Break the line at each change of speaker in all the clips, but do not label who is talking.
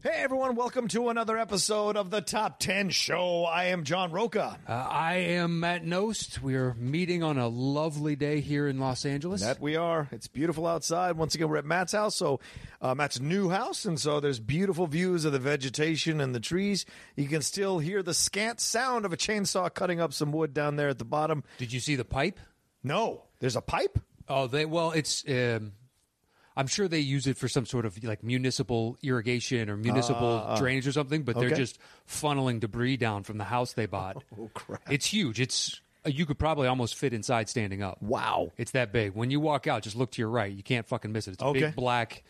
Hey everyone, welcome to another episode of the Top 10 Show. I am John Roca.
Uh, I am Matt Nost. We are meeting on a lovely day here in Los Angeles.
That we are. It's beautiful outside. Once again, we're at Matt's house. So uh, Matt's new house, and so there's beautiful views of the vegetation and the trees. You can still hear the scant sound of a chainsaw cutting up some wood down there at the bottom.
Did you see the pipe?
No, there's a pipe.
Oh, they well, it's. Um, I'm sure they use it for some sort of like municipal irrigation or municipal drainage or something, but they're
Ah, okay.
just funneling debris down from the house they bought.
Oh crap!
It's huge. It's uh, you could probably almost fit inside standing up.
Wow.
It's that big. When you walk out, just look to your right. You can't fucking miss it. It's a
Okay.
big black.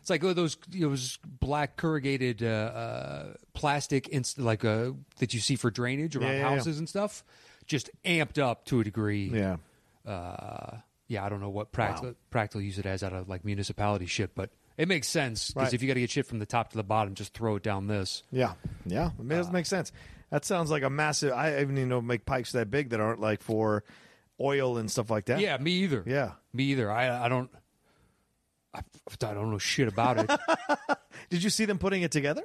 It's like oh, those you know, those black corrugated uh, uh, plastic inst- like uh, that you see for drainage around
Yeah, yeah, yeah.
houses and stuff, just amped up to a degree.
Yeah.
Uh, yeah. I don't know what practical practical use it as out of like municipality shit, but it makes sense because
Right.
if you got to get shit from the top to the bottom, just throw it down this.
Yeah, yeah, I mean, it doesn't make sense. That sounds like a massive. I even you know make pipes that big that aren't like for oil and stuff like that.
Yeah, me either.
yeah.
me either. I I don't. I, I don't know shit about it.
Did you see them putting it together?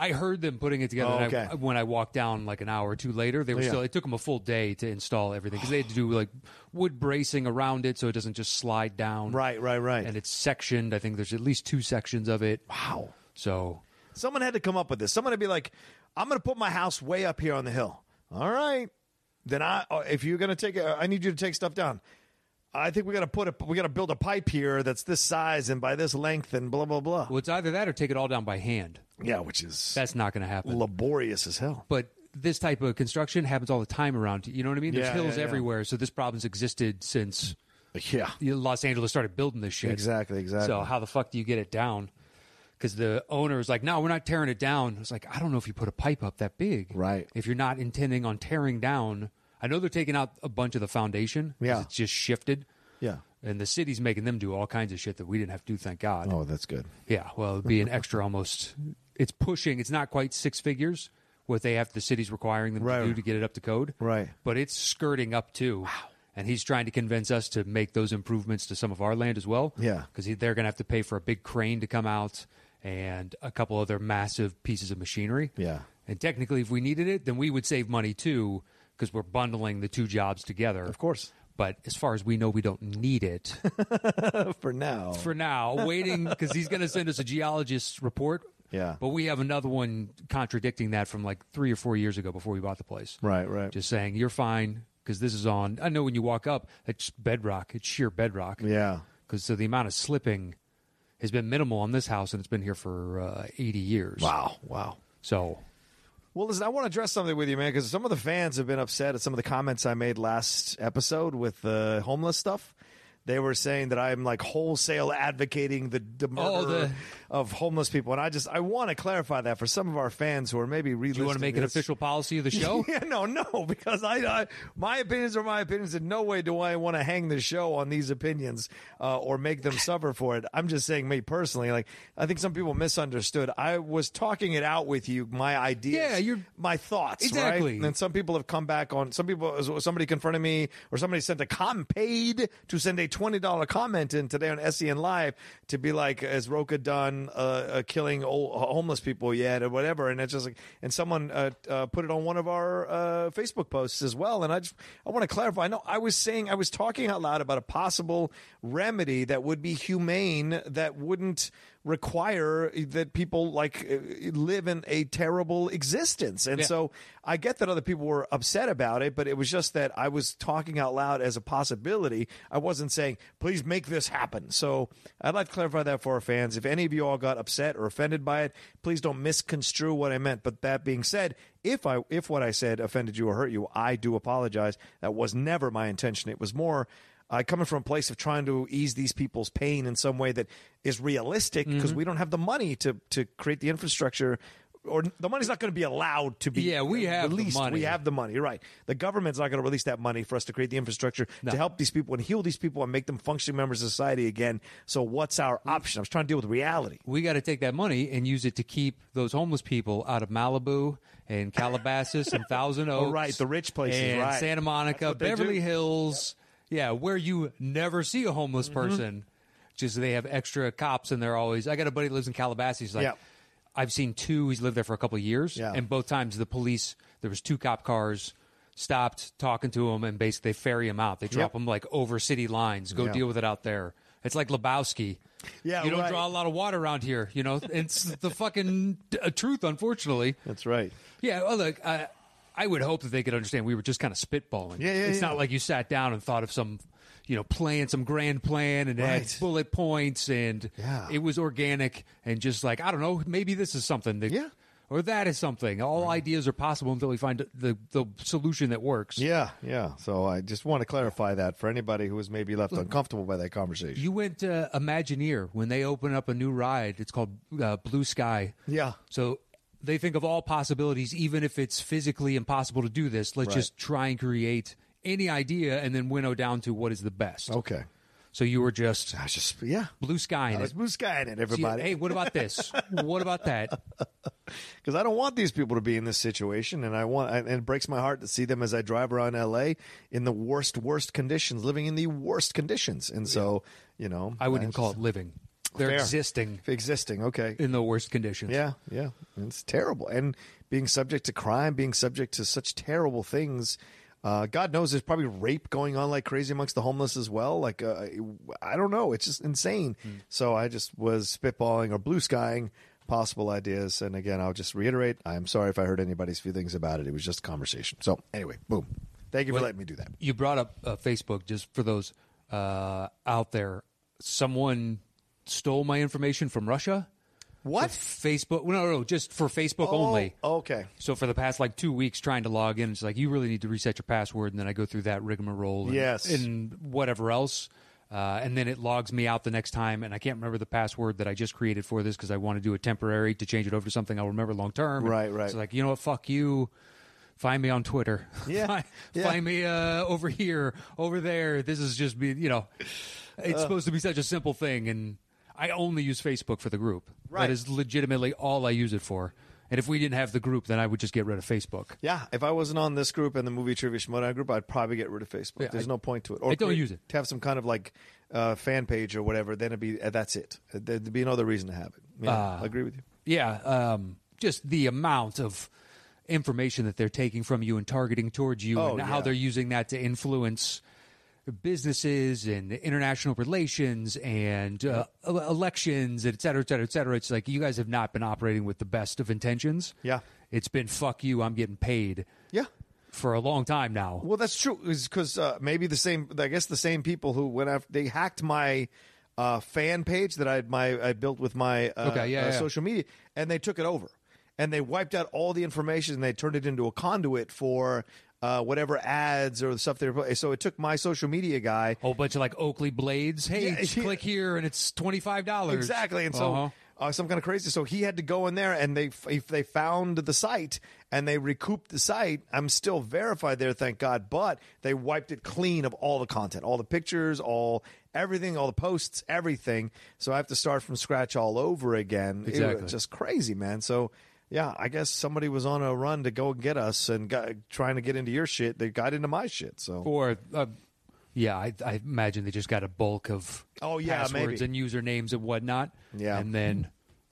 I heard them putting it together. and I-
Oh, Okay.
when I walked down like an hour or two later, they were
Yeah.
still. It took them a full day to install everything because they had to do like wood bracing around it so it doesn't just slide down.
Right, right, right.
And it's sectioned. I think there's at least two sections of it.
wow,
So
someone had to come up with this. Someone to be like, I'm going to put my house way up here on the hill. All right, then I oh, if you're going to take, it, I need you to take stuff down. I think we got to put a we got to build a pipe here that's this size and by this length and blah blah blah.
well, it's either that or take it all down by hand.
Yeah, which is
That's not going to happen.
laborious as hell.
but this type of construction happens all the time around. You know what I mean? There's
Yeah,
hills
yeah, yeah.
everywhere. So this problem's existed since
Yeah,
you know, Los Angeles started building this shit.
exactly, exactly.
So how the fuck do you get it down? Because the owner was like, "No, we're not tearing it down." It's like, I don't know if you put a pipe up that big,
Right.
If you're not intending on tearing down, I know they're taking out a bunch of the foundation. 'cause
Yeah.
it's just shifted,
yeah.
and the city's making them do all kinds of shit that we didn't have to do. Thank God.
Oh, that's good.
Yeah, well, it'd be an extra almost. It's pushing. It's not quite six figures what they have the city's requiring them
Right.
to do to get it up to code.
Right.
But it's skirting up too. Wow. And he's trying to convince us to make those improvements to some of our land as well.
Yeah.
Because they're going to have to pay for a big crane to come out and a couple other massive pieces of machinery.
Yeah.
And technically, if we needed it, then we would save money too because we're bundling the two jobs together.
Of course.
But as far as we know, we don't need it
For now.
for now, waiting because he's going to send us a geologist's report.
Yeah.
But we have another one contradicting that from like three or four years ago before we bought the place.
right, right.
Just saying, you're fine because this is on. I know when you walk up, it's bedrock. It's sheer bedrock.
yeah.
Because so the amount of slipping has been minimal on this house and it's been here for uh, 80 years.
Wow, wow.
So
Well, listen, I want to address something with you, man, because some of the fans have been upset at some of the comments I made last episode with the homeless stuff. They were saying that I'm like wholesale advocating the, the murder
Oh, the-
of homeless people, and I just I want to clarify that for some of our fans who are maybe re.
do you want to make an official policy of the show?
Yeah, no, no, because I, I my opinions are my opinions. In no way do I want to hang the show on these opinions uh, or make them suffer for it. I'm just saying, me personally, like I think some people misunderstood. I was talking it out with you, my ideas,
Yeah, you're-
my thoughts, right?
Exactly.
And then some people have come back on. Some people, somebody confronted me, or somebody sent a com paid to send a twenty dollar comment in today on SEN Live to be like, "Has Roka done uh, uh, killing old, homeless people yet, or whatever?" And it's just like, and someone uh, uh, put it on one of our uh, Facebook posts as well. And I just, I want to clarify. No, I was saying, I was talking out loud about a possible remedy that would be humane, that wouldn't require that people like uh, live in a terrible existence, and
Yeah.
so. I get that other people were upset about it, but it was just that I was talking out loud as a possibility. I wasn't saying, please make this happen. So I'd like to clarify that for our fans. If any of you all got upset or offended by it, please don't misconstrue what I meant. But that being said, if I if what I said offended you or hurt you, I do apologize. That was never my intention. It was more uh, coming from a place of trying to ease these people's pain in some way that is realistic
Mm-hmm.
because we don't have the money to to create the infrastructure. Or the money's not going to be allowed to be.
Yeah, we have the
released.
money.
We have the money, right? The government's not going to release that money for us to create the infrastructure to help these people and heal these people and make them functioning members of society again. So, what's our
Mm-hmm.
option? I was trying to deal with reality.
we got to take that money and use it to keep those homeless people out of Malibu and Calabasas and Thousand Oaks.
Oh, right, the rich places,
and
right.
Santa Monica,
what they
Beverly
do.
Hills. Yeah, where you never see a homeless
Mm-hmm.
person. Just they have extra cops and they're always. I got a buddy that lives in Calabasas. He's like,
Yeah.
I've seen two. He's lived there for a couple of years,
Yeah.
and both times the police there was two cop cars stopped talking to him and basically they ferry him out. They drop
Yep.
him like over city lines. Go
Yeah.
deal with it out there. It's like Lebowski.
Yeah,
you don't
right.
draw a lot of water around here. You know, it's the fucking t- uh, truth, unfortunately.
That's right.
Yeah. Well, look, I, I would hope that they could understand we were just kind of spitballing.
Yeah, yeah,
It's
yeah.
not like you sat down and thought of some, you know, plan, some grand plan, and had
Right.
bullet points, and
Yeah.
it was organic and just like I don't know, maybe this is something. That,
Yeah.
Or that is something. All ideas are possible until we find the the solution that works.
Yeah, yeah. So I just want to clarify that for anybody who was maybe
Mm-hmm.
left uncomfortable by that conversation.
You went to Imagineer when they open up a new ride. It's called uh, Blue Sky.
Yeah.
So they think of all possibilities, even if it's physically impossible to do this. Let's
Right.
just try and create any idea and then winnow down to what is the best.
okay.
So you were just
I was just yeah.
Blue
I
Sky in
was
it.
blue skying it,
So you-
everybody,
hey, what about this? what about that?
because I don't want these people to be in this situation, and I want, and it breaks my heart to see them as I drive around L.A. in the worst, worst conditions, living in the worst conditions, and so you know,
I wouldn't even call it living. They're
Fair.
existing
existing. Okay,
in the worst conditions.
Yeah, yeah, it's terrible. And being subject to crime, being subject to such terrible things. Uh, God knows there's probably rape going on like crazy amongst the homeless as well. Like, uh, I don't know. It's just insane. So I just was spitballing or blue skying possible ideas. And again, I'll just reiterate I'm sorry if I hurt anybody's feelings about it. It was just a conversation. So anyway, boom. Thank you for letting me do that.
you brought up uh, Facebook just for those uh, out there. Someone stole my information from Russia.
What?
So Facebook? No, no, no, just for Facebook only.
Oh, okay.
So for the past like two weeks, trying to log in, it's like you really need to reset your password, and then I go through that rigmarole, and,
Yes.
and whatever else, uh, and then it logs me out the next time, and I can't remember the password that I just created for this because I want to do a temporary to change it over to something I'll remember long term. And
Right, right.
It's like you know what, fuck you. Find me on Twitter.
Yeah,
find,
yeah.
find me uh, over here, over there. This is just be you know, it's
Uh.
supposed to be such a simple thing, and I only use Facebook for the group.
Right.
That is legitimately all I use it for. And if we didn't have the group, then I would just get rid of Facebook.
Yeah, if I wasn't on this group and the movie trivia Shmodown group, I'd probably get rid of Facebook. There's no point to it. Or
I don't
create-
use it.
To have some kind of like uh, fan page or whatever, then it'd be uh, that's it. Uh, There'd be no other reason to have it. Yeah,
Ah.
I agree with you.
Yeah, um, just the amount of information that they're taking from you and targeting towards you,
Oh,
and how
yeah.
they're using that to influence businesses and international relations and uh, ele- elections, et cetera, et cetera, et cetera. It's like you guys have not been operating with the best of intentions.
Yeah.
it's been fuck you. I'm getting paid
Yeah.
for a long time now.
Well, that's true. Because uh, maybe the same. I guess the same people who went after they hacked my uh, fan page that I my I built with my uh,
Okay, yeah,
uh,
yeah.
social media, and they took it over and they wiped out all the information and they turned it into a conduit for. Uh, whatever ads or the stuff they were, so it took my social media guy
whole bunch of like Oakley blades. Hey,
Yeah,
just
yeah.
click here and it's twenty five dollars. Uh-huh.
Exactly, and so uh some kind of crazy. So he had to go in there, and they if they found the site and they recouped the site. I'm still verified there, thank God. But they wiped it clean of all the content, all the pictures, all everything, all the posts, everything. So I have to start from scratch all over again. It was
Exactly.
just crazy, man. So. Yeah, I guess somebody was on a run to go get us and got, trying to get into your shit. They got into my shit. So
or uh, yeah, I, I imagine they just got a bulk of
Oh, yeah,
passwords
maybe.
and usernames and whatnot.
Yeah.
and then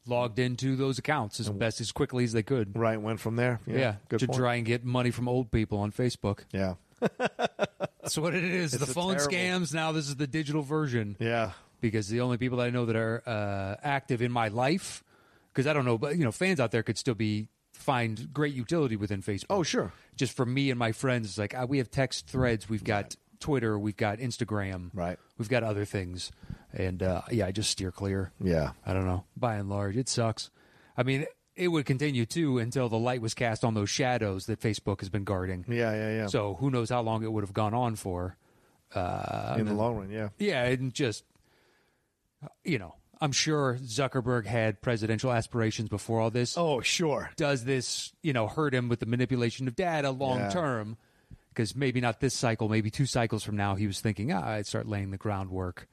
logged into those accounts as best as quickly as they could.
right went from there. Yeah,
Yeah,
good
to
point.
try and get money from old people on Facebook.
yeah,
That's what it is. the
a
phone
terrible-
scams. Now this is the digital version.
yeah,
because the only people that I know that are uh, active in my life, because I don't know, but you know, fans out there could still be find great utility within Facebook.
Oh, sure.
Just for me and my friends, it's like ah, we have text threads, we've got Twitter, we've got Instagram,
Right.
We've got other things, and uh, yeah, I just steer clear.
yeah.
I don't know. By and large, it sucks. I mean, it would continue too until the light was cast on those shadows that Facebook has been guarding.
Yeah, yeah, yeah.
So who knows how long it would have gone on for. Uh,
in the long run. Yeah.
yeah, and just you know, I'm sure Zuckerberg had presidential aspirations before all this.
Oh, sure.
Does this, you know, hurt him with the manipulation of data long
Yeah.
term? Because maybe not this cycle, maybe two cycles from now, he was thinking, ah, I'd start laying the groundwork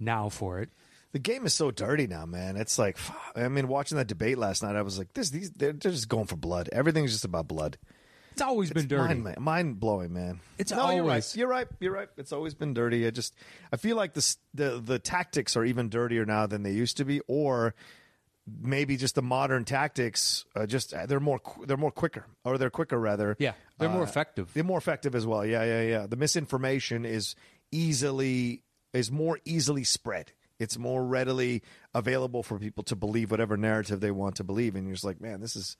now for it.
The game is so dirty now, man. It's like, fu- I mean, watching that debate last night, I was like, this, these, they're, they're just going for blood. Everything's just about blood.
It's always been dirty.
Mind, mind blowing, man.
It's
no, you're right.
always-
You're right. You're right. It's always been dirty. I just, I feel like this, the the tactics are even dirtier now than they used to be, or maybe just the modern tactics, uh, just uh, they're more qu- they're more quicker, or they're quicker rather.
yeah, they're more
Uh,
effective.
They're more effective as well. Yeah, yeah, yeah. The misinformation is easily is more easily spread. It's more readily available for people to believe whatever narrative they want to believe. And you're just like, man, this is.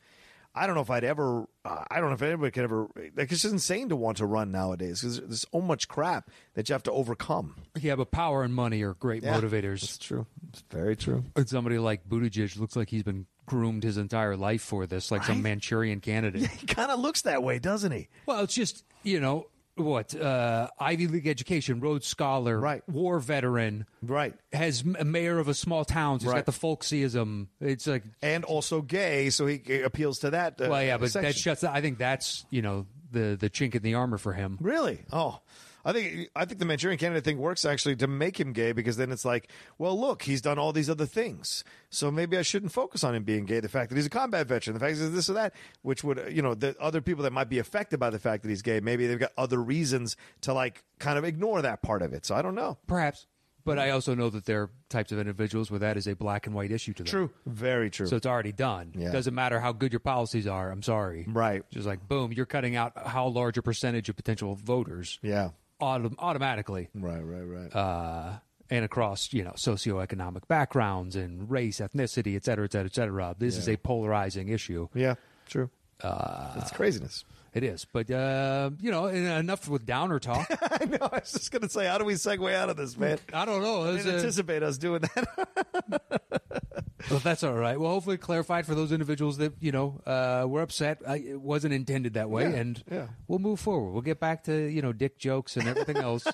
I don't know if I'd ever. Uh, I don't know if anybody could ever. Like, it's just insane to want to run nowadays because there's so much crap that you have to overcome.
Yeah, but power and money are great
Yeah,
motivators.
true. It's very true.
And somebody like Buttigieg looks like he's been groomed his entire life for this, like some Manchurian candidate.
He kind of looks that way, doesn't he?
Well, it's just you know what uh, Ivy League education, Rhodes Scholar,
Right.
war veteran,
Right.
has m- a mayor of a small town. So He's
Right. Uh,
got the folksyism. It's like,
And also gay, so he appeals to that. Uh,
well, yeah, but
section.
that shuts. I think that's you know the the chink in the armor for him.
Really? Oh, I think I think the Manchurian candidate thing works actually to make him gay because then it's like, well, look, he's done all these other things, so maybe I shouldn't focus on him being gay. The fact that he's a combat veteran, the fact that he's this or that, which would uh, you know the other people that might be affected by the fact that he's gay, maybe they've got other reasons to like kind of ignore that part of it. So I don't know.
Perhaps, but I also know that there are types of individuals where that is a black and white issue to them.
Very true.
So it's already done.
Yeah.
Doesn't matter how good your policies are. I'm sorry.
Right.
Just like boom, you're cutting out how large a percentage of potential voters
yeah.
autom- automatically.
Right. Right. Right.
uh, and across you know socioeconomic backgrounds and race, ethnicity, et cetera, et cetera, et cetera. This is a polarizing issue.
yeah. True. Uh, it's craziness.
It is, but uh, you know, en- enough with downer talk.
I know. I was just gonna say, how do we segue out of this, man?
I don't know.
I
That's,
didn't anticipate us doing that.
well, that's all right. Well, hopefully, it clarified for those individuals that you know uh, were upset. I, it wasn't intended that way,
Yeah,
and
yeah.
we'll move forward. We'll get back to you know dick jokes and everything else.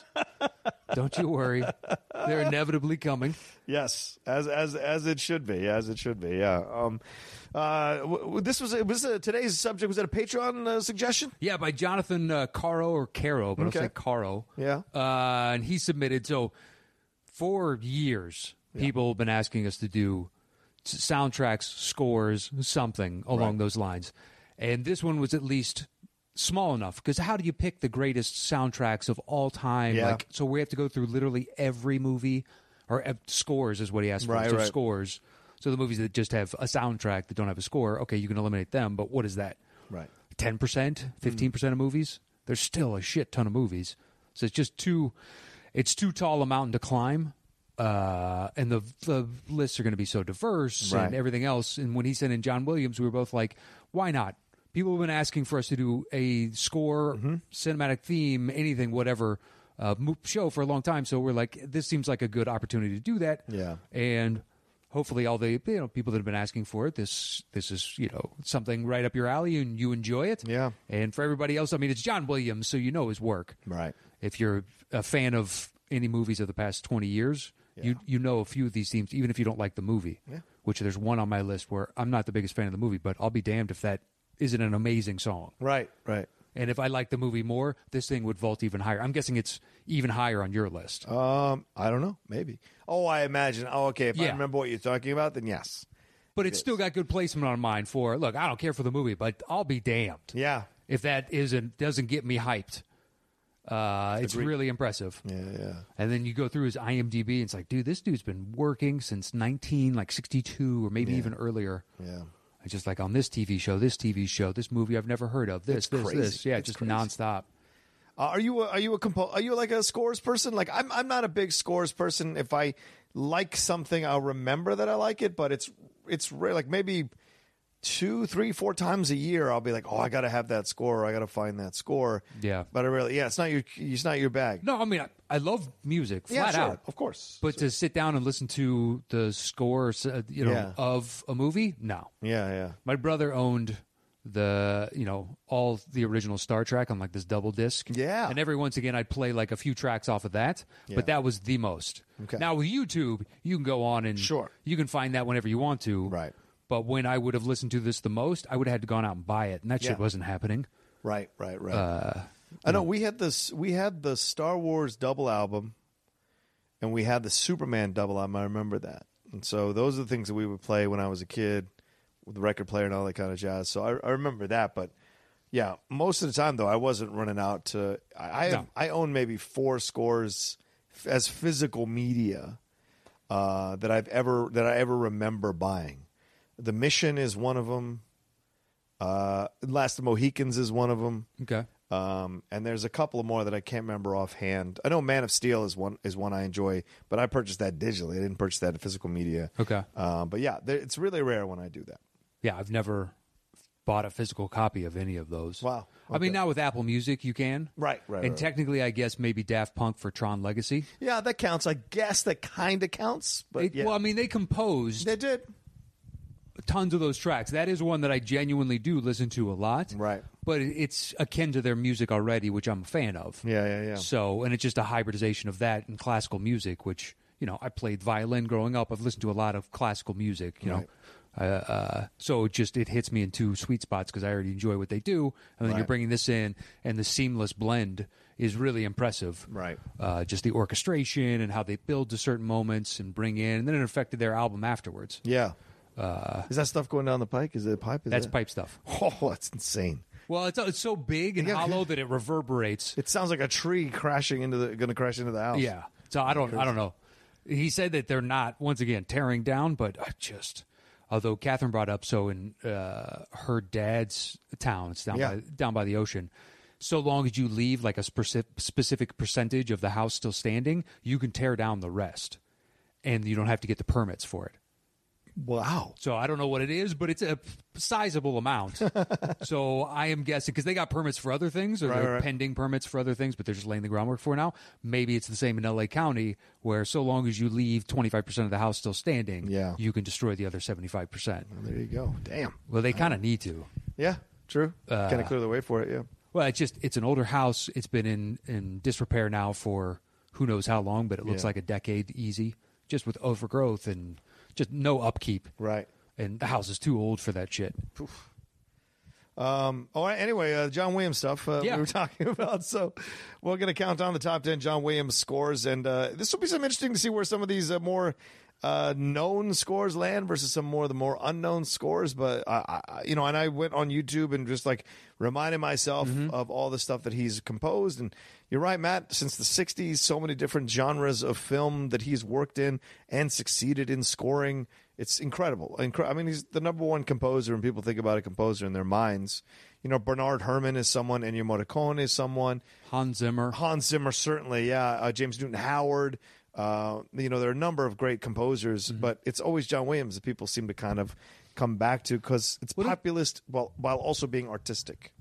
don't you worry, they're inevitably coming.
Yes, as as as it should be, as it should be. Yeah. Um, uh, w- w- this was was uh, today's subject. Was that a Patreon uh, suggestion?
Yeah, by Jonathan uh, Caro or Caro, but
Okay.
I'll say Caro.
Yeah.
Uh, and he submitted. So for years, people have been asking us to do s- soundtracks, scores, something along those lines. And this one was at least small enough because how do you pick the greatest soundtracks of all time?
Yeah.
Like, so we have to go through literally every movie or ev- scores is what he asked for.
Right,
so
right.
scores. So the movies that just have a soundtrack that don't have a score, okay, you can eliminate them. But what is that?
Right.
ten percent, fifteen percent of movies. There's still a shit ton of movies, so it's just too, it's too tall a mountain to climb. Uh, and the the lists are going to be so diverse
Right.
and everything else. And when he sent in John Williams, we were both like, why not? People have been asking for us to do a score, cinematic theme, anything, whatever, uh, mo- show for a long time. So we're like, this seems like a good opportunity to do that
Yeah.
and hopefully all the you know people that have been asking for it this this is you know something right up your alley and you enjoy it
Yeah.
and for everybody else i mean it's john williams so you know his work
Right.
if you're a fan of any movies of the past 20 years you you know a few of these themes even if you don't like the movie
Yeah.
which there's one on my list where i'm not the biggest fan of the movie but i'll be damned if that isn't an amazing song
Right. Right.
and if i like the movie more this thing would vault even higher i'm guessing it's even higher on your list
Um, I don't know. Maybe. Oh, I imagine. Oh, okay. If I
Yeah.
remember what you're talking about, then yes.
But it's still got good placement on mine for look, I don't care for the movie, but I'll be damned
Yeah.
if that isn't doesn't get me hyped. Uh, it's really impressive.
Yeah. Yeah.
And then you go through his IMDb and it's like, dude, this dude's been working since 19 like 62 or maybe even earlier.
Yeah.
It's just like on this TV show, this TV show, this movie I've never heard of, this,
It's
this,
crazy.
this. Yeah,
It's
just
crazy.
nonstop.
Uh, are you a, are you a compo- are you like a scores person? Like I'm I'm not a big scores person. If I like something, I'll remember that I like it, but it's it's rare. Like maybe two, three, four times a year, I'll be like, oh, I gotta have that score. Or I gotta find that score.
Yeah.
but I really yeah, it's not your it's not your bag.
No, I mean, I, I love music
yeah,
flat
sure,
out.
of course.
But to sit down and listen to the score, uh, you know,
Yeah.
of a movie, no.
yeah, yeah,
My brother owned the you know all the original Star Trek on like this double disc.
Yeah.
and every once again I'd play like a few tracks off of that,
Yeah.
but that was the most.
Okay.
Now with YouTube, you can go on and
Sure.
you can find that whenever you want to.
Right.
But when I would have listened to this the most, I would have had to gone out and buy it, and that
Yeah.
shit wasn't happening.
Right, right, right. I know we had this. We had the Star Wars double album, and we had the Superman double album. I remember that. And so those are the things that we would play when I was a kid with the record player and all that kind of jazz. So I, I remember that. But yeah, most of the time though, I wasn't running out to. I I,
No.
I own maybe four scores f- as physical media uh, that I've ever that I ever remember buying. The Mission is one of them. Uh, Last of the Mohicans is one of them.
Okay.
Um, and there's a couple of more that I can't remember offhand. I know Man of Steel is one is one I enjoy, but I purchased that digitally. I didn't purchase that in physical media.
Okay.
Um, but yeah, there, it's really rare when I do that.
Yeah, I've never bought a physical copy of any of those.
Wow.
I mean,
Okay.
now with Apple Music, you can.
Right, right,
And
right.
technically, I guess maybe Daft Punk for Tron Legacy.
Yeah, that counts. I guess that kind of counts. But
It-
yeah,
Well, I mean, they composed
they did.
tons of those tracks. That is one that I genuinely do listen to a lot.
Right.
But it- it's akin to their music already, which I'm a fan of.
Yeah, yeah, yeah.
So, and it's just a hybridization of that and classical music, which, you know, I played violin growing up. I've listened to a lot of classical music, you know. Uh, uh, so it just it hits me in two sweet spots because I already enjoy what they do, and then you're
Right.
bringing this in, and the seamless blend is really impressive.
Right.
Uh, just the orchestration and how they build to certain moments and bring in, and then it affected their album afterwards.
Yeah. is that stuff going down the pike? Is it a pipe? Is
Uh, That's
that-
pipe stuff.
Oh, that's insane.
Well, it's it's so big and
Yeah.
hollow that it reverberates.
It sounds like a tree crashing into the going to crash into the house.
Yeah. So I don't I don't know. He said that they're not once again tearing down, but I just although Catherine brought up so in uh, her dad's town, it's down
Yeah.
by down by the ocean. So long as you leave like a speci- specific percentage of the house still standing, you can tear down the rest, and you don't have to get the permits for it.
Wow.
So I don't know what it is, but it's a sizable amount. so I am guessing because they got permits for other things, or
Right,
they're
right.
pending permits for other things, but they're just laying the groundwork for now. Maybe it's the same in L.A. County, where so long as you leave twenty five percent of the house still standing,
Yeah.
you can destroy the other seventy five percent.
There you go. Damn.
Well, they kind of need to.
Yeah. True.
Uh,
kind of clear the way for it. Yeah.
Well, it's just it's an older house. It's been in in disrepair now for who knows how long, but it looks
Yeah.
like a decade easy, just with overgrowth and just no upkeep.
Right.
And the house is too old for that shit.
Um, all right. Anyway, uh, John Williams stuff uh,
Yeah.
we were talking about. So we're going to count down the top 10 John Williams scores. And uh, this will be some interesting to see where some of these uh, more uh, known scores land versus some more of the more unknown scores. But, I, I, I- you know, and I went on YouTube and just like reminded myself of all the stuff that he's composed. And you're right, Matt, since the 60s, so many different genres of film that he's worked in and succeeded in scoring. It's incredible. Incre- I mean, he's the number one composer, and people think about a composer in their minds. You know, Bernard Herrmann is someone, Ennio Morricone is someone,
Hans Zimmer.
Hans Zimmer certainly, yeah, uh, James Newton Howard. Uh, you know, there are a number of great composers,
Mm-hmm.
but it's always John Williams that people seem to kind of come back to because it's populist while while also being artistic.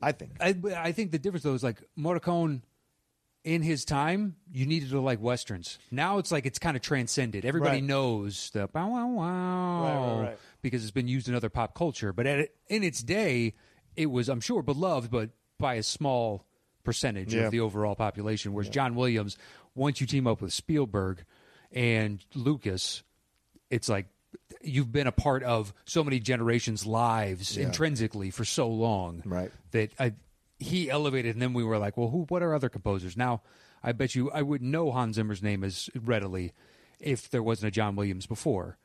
I think.
I, but I think the difference though is like Morricone, in his time, you needed to like westerns. Now it's like it's kind of transcended. Everybody
Right.
knows the bow wow wow
Right, right, right.
because it's been used in other pop culture. But at, in its day, it was I'm sure beloved, but by a small percentage
Yeah.
of the overall population. Whereas John Williams, once you team up with Spielberg and Lucas, it's like you've been a part of so many generations' lives intrinsically for so long
Right.
that I, he elevated, and then we were like, well, who? What are other composers? Now, I bet you I would know Hans Zimmer's name as readily if there wasn't a John Williams before,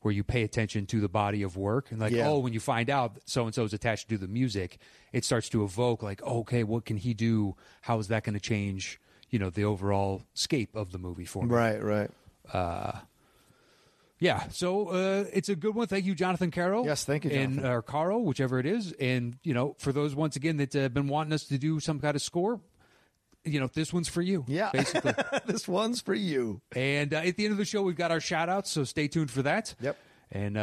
where you pay attention to the body of work and like,
Yeah.
oh, when you find out so and so is attached to the music, it starts to evoke like, oh, okay, what can he do? How is that going to change? You know, the overall scape of the movie for me.
Right, right.
Yeah, so uh, it's a good one. Thank you, Jonathan Carroll.
Yes, thank you,
and
Jonathan.
or Carl, whichever it is. And you know, for those once again that uh, been wanting us to do some kind of score, you know, this one's for you.
Yeah.
basically.
this one's for you.
and uh, at the end of the show, we've got our shout outs, so stay tuned for that.
Yep.
And uh,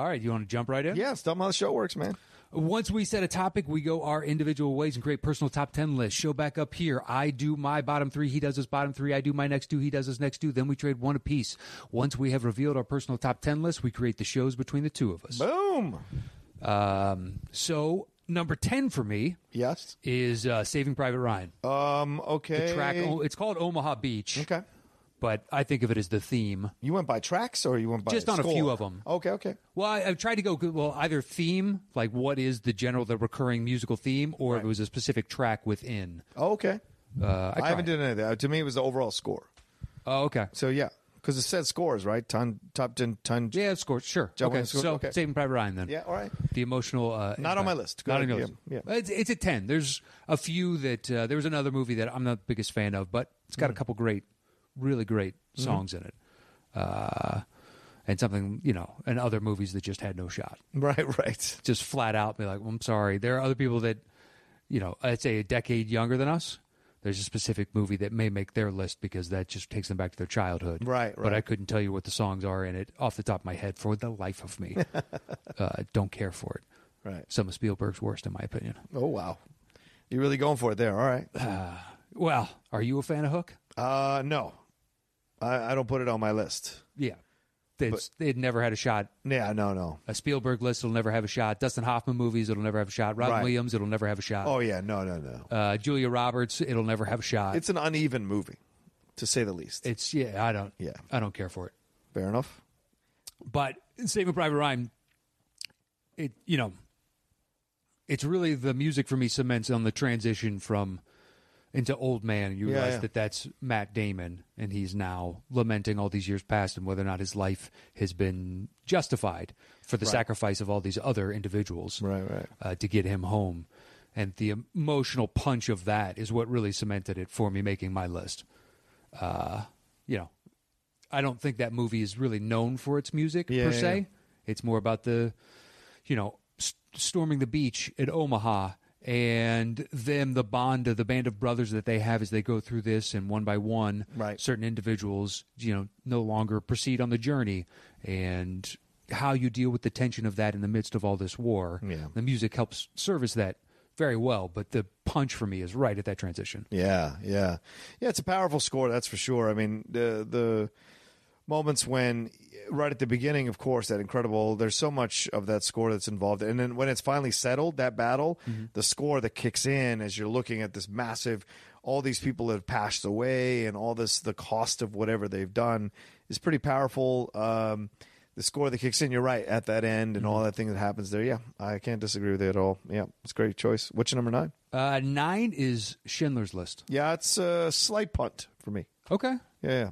all right, you want to jump right in?
Yeah, it's dumb how the show works, man.
Once we set a topic, we go our individual ways and create personal top 10 lists. Show back up here. I do my bottom three. He does his bottom three. I do my next two. He does his next two. Then we trade one apiece. Once we have revealed our personal top 10 list, we create the shows between the two of us.
Boom.
Um, so number ten for me
Yes.
is uh, Saving Private Ryan.
Um. Okay.
The track oh, it's called Omaha Beach,
Okay.
but I think of it as the theme.
You went by tracks, or you went by
Just on a
score?
few of 'em.
Okay. Okay.
Well, I, I've tried to go well either theme, like what is the general, the recurring musical theme, or if it was a specific track within.
Oh, okay.
Uh, I,
I, haven't
tried.
done any of that. To me, it was the overall score.
Oh, okay.
So yeah, because it said scores, right? Ton, top ten, ton.
Yeah, of course, sure.
Joe
okay,
Wayne scored-
so
okay.
Saving Private Ryan then.
Yeah, All right.
The emotional. Uh,
Not on
impact.
my list. Go
Not on your
ahead.
list.
Yeah,
It's, it's at ten. There's a few that uh, there was another movie that I'm not the biggest fan of, but it's
Mm.
got a couple great, really great
Mm-hmm.
songs in it, uh, and something you know, and other movies that just had no shot,
Right. Right.
just flat out be like, well, I'm sorry. There are other people that, you know, I'd say a decade younger than us. There's a specific movie that may make their list because that just takes them back to their childhood.
Right,
But
right.
I couldn't tell you what the songs are in it off the top of my head for the life of me. uh, don't care for it
Right.
some of Spielberg's worst, in my opinion.
Oh wow. You're really going for it there. All right.
Well, are you a fan of Hook?
Uh, no, I, I don't put it on my list.
Yeah, it's, it never had a shot.
Yeah, no, no.
A Spielberg list will never have a shot. Dustin Hoffman movies, it'll never have a shot. Robin
Right.
Williams, it'll never have a shot.
Oh yeah, no, no, no.
Uh, Julia Roberts, it'll never have a shot. It's,
It's an uneven movie, to say the least.
yeah, I don't,
Yeah.
I don't care for it.
Fair enough.
But Saving Private Ryan, it you know, it's really the music for me cements on the transition from into old man. You
Yeah,
realize
yeah.
that that's Matt Damon, and he's now lamenting all these years past and whether or not his life has been justified for the sacrifice of all these other individuals
Right, right.
uh, to get him home. And the emotional punch of that is what really cemented it for me making my list. Uh, you know, I don't think that movie is really known for its music
Yeah,
per
yeah,
se. It's more about the, you know, st- storming the beach at Omaha and them the bond of the band of brothers that they have as they go through this and one by one
Right.
certain individuals you know no longer proceed on the journey and how you deal with the tension of that in the midst of all this war
Yeah.
the music helps service that very well but the punch for me is right at that transition
Yeah, yeah, yeah. It's a powerful score, that's for sure. I mean, the the moments when right at the beginning, of course, that incredible. There's so much of that score that's involved, and then when it's finally settled, that battle, the score that kicks in as you're looking at this massive, all these people that have passed away, and all this the cost of whatever they've done is pretty powerful. Um, the score that kicks in, you're right at that end, and all that thing that happens there. Yeah, I can't disagree with it at all. Yeah, it's a great choice. What's your number nine?
uh, nine is schindler's list
Yeah, it's a slight punt for me.
okay
Yeah,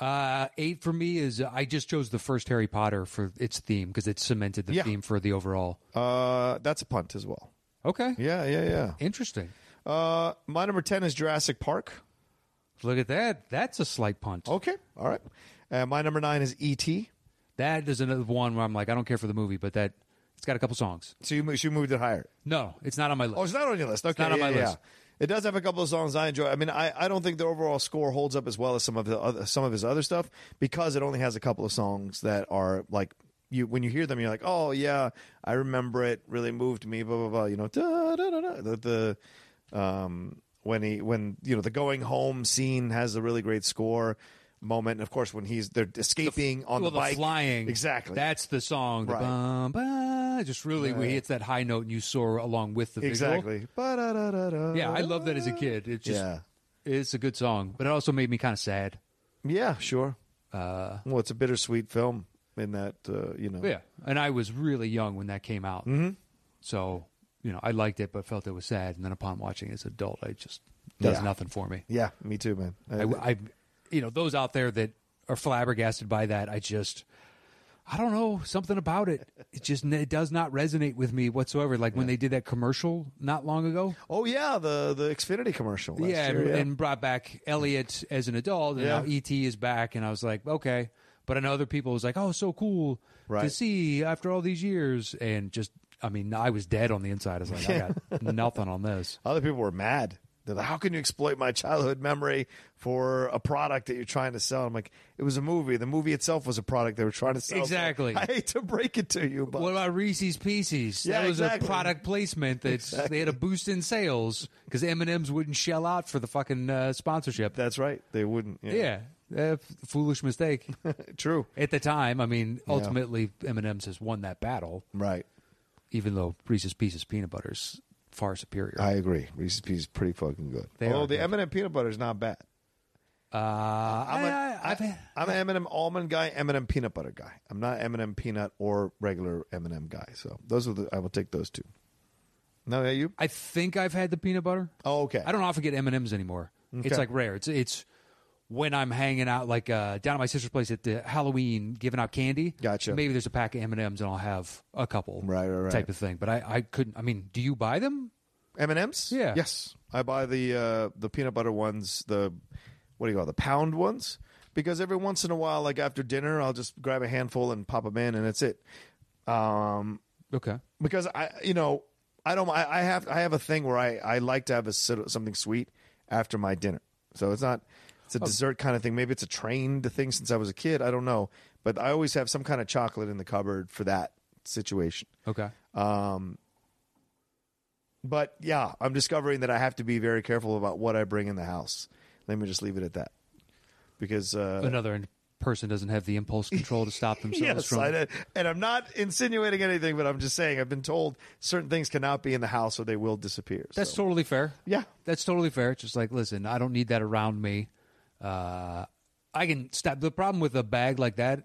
yeah.
Uh, eight for me is uh, I just chose the first Harry Potter for its theme because it cemented the
Yeah.
theme for the overall.
Uh, that's a punt as well.
Okay,
Yeah, yeah,
interesting.
yeah. Uh, my number ten is Jurassic Park.
Look at that. That's a slight punt.
Okay, all right. Uh, my number nine is E.T.
That is another one where I'm like, I don't care for the movie, but that it's got a couple songs.
So you mo- you moved it higher.
No, it's not on my list.
Oh, it's not on your list. Okay,
not on
yeah,
my
yeah,
list.
yeah. It does have a couple of songs I enjoy. I mean, I, I don't think the overall score holds up as well as some of the other, some of his other stuff because it only has a couple of songs that are like you when you hear them, you're like, oh yeah, I remember it. Really moved me. Blah blah blah. You know, da, da, da, da. the the um when he when you know the going home scene has a really great score moment, and of course when he's they're escaping on
well,
the bike,
flying.
exactly.
That's the song. The
Right.
bum, bum, just really where he hits that high note and you soar along with the visual.
exactly. Ba-da-da-da-da.
Yeah, I love that as a kid. It just
Yeah.
it's a good song, but it also made me kind of sad.
Yeah, sure.
Uh,
Well, it's a bittersweet film in that uh, you know.
Yeah, and I was really young when that came out, mm-hmm. so you know I liked it, but felt it was sad. And then upon watching it as an adult, I just does
Yeah.
nothing for me.
Yeah, me too, man. I,
I, I, you know, those out there that are flabbergasted by that, I just, I don't know, something about it. It just it does not resonate with me whatsoever. Like when they did that commercial not long ago,
oh yeah, the the Xfinity commercial. Last
yeah,
year,
and,
yeah.
and brought back Elliot as an adult, and
Yeah.
now ET is back, and I was like, okay. But I know other people was like, oh, so cool to
Right.
see after all these years, and just, I mean, I was dead on the inside. I was like, I got nothing on this.
other people were mad. They're like, "How can you exploit my childhood memory for a product that you're trying to sell?" I'm like, "It was a movie. The movie itself was a product they were trying to sell." So
Exactly.
I hate to break it to you, but
What about Reese's Pieces?
Yeah,
that was
exactly.
a product placement that they had a boost in sales because M and M's wouldn't shell out for the fucking uh, sponsorship.
that's right. They wouldn't. Yeah,
yeah, Uh, foolish mistake
true.
at the time. I mean, ultimately M and M's has won that battle.
Right.
even though Reese's Pieces peanut butter is far superior.
I agree. Reese's Pieces is pretty fucking good.
They
Although
are
the
good.
M&M peanut butter is not bad.
uh, I,
I'm, a,
I, I've had,
am an M&M almond guy, M&M peanut butter guy. I'm not M&M peanut or regular M&M guy. So those are the I will take those two. No, yeah, you.
I think I've had the peanut butter.
Oh, okay.
I don't often get M and M's anymore.
Okay.
It's like rare. It's it's when I'm hanging out like uh, down at my sister's place at the Halloween, giving out candy.
Gotcha.
Maybe there's a pack of M and M's and I'll have a couple.
Right, right, right.
Type of thing. But I I couldn't. I mean, do you buy them?
M&Ms?
Yeah.
Yes. I buy the uh, the peanut butter ones, the what do you call it, the pound ones because every once in a while like after dinner I'll just grab a handful and pop them in and that's it. Um
Okay.
because I, you know, I don't. I, I have I have a thing where I I like to have a sit- something sweet after my dinner. So it's not it's a dessert kind of thing. Maybe it's a trained thing since I was a kid. I don't know, but I always have some kind of chocolate in the cupboard for that situation.
Okay.
Um, but yeah, I'm discovering that I have to be very careful about what I bring in the house. Let me just leave it at that, because uh,
Another person doesn't have the impulse control to stop themselves
yes,
from.
I did. and I'm not insinuating anything, but I'm just saying I've been told certain things cannot be in the house or they will disappear.
That's
so.
totally fair.
yeah,
That's totally fair. It's just like, listen, I don't need that around me. Uh, I can stop. The problem with a bag like that,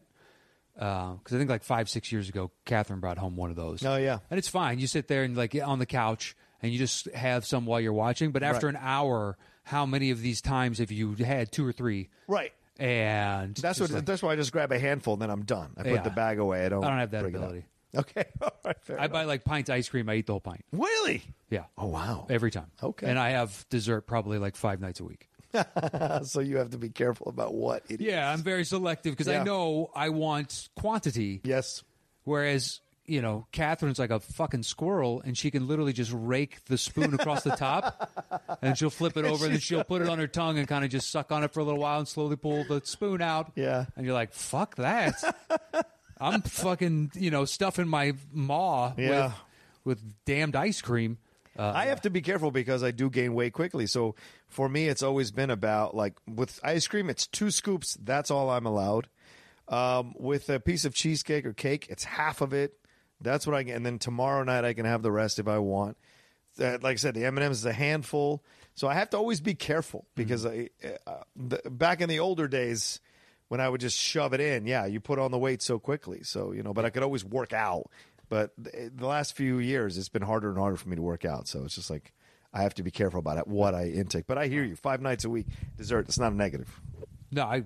because I think like five, six years ago, Catherine brought home one of those.
Oh, yeah.
and it's fine. You sit there and like on the couch, and you just have some while you're watching. But after
Right.
an hour, how many of these times have you had two or three?
right.
And
That's
just
what.
like,
that's why I just grab a handful and then I'm done. I put
Yeah.
the bag away. I don't.
I don't have that
bring it up.
ability.
Okay. All right. Fair
I
enough.
buy like pints of ice cream. I eat the whole pint.
really.
Yeah.
Oh wow.
Every time.
Okay.
And I have dessert probably like five nights a week.
so you have to be careful about what it is.
Yeah, I'm very selective because
Yeah.
I know I want quantity.
Yes.
Whereas, you know, Catherine's like a fucking squirrel and she can literally just rake the spoon across the top and she'll flip it over and then she'll put it on her tongue and kind of just suck on it for a little while and slowly pull the spoon out.
Yeah.
And you're like, fuck that. I'm fucking, you know, stuffing my maw
Yeah.
with, with damned ice cream. Uh,
I have to be careful because I do gain weight quickly. So for me, it's always been about like with ice cream, it's two scoops. That's all I'm allowed. Um, with a piece of cheesecake or cake, it's half of it. That's what I get. And then tomorrow night, I can have the rest if I want. That, like I said, the M and M's is a handful. So I have to always be careful because I, uh, the, back in the older days. When I would just shove it in, yeah, you put on the weight so quickly. So, you know, but I could always work out. But th- eh, the last few years, it's been harder and harder for me to work out. So it's just like I have to be careful about it, what I intake. But I hear you. Five nights a week dessert. It's not a negative.
no, I.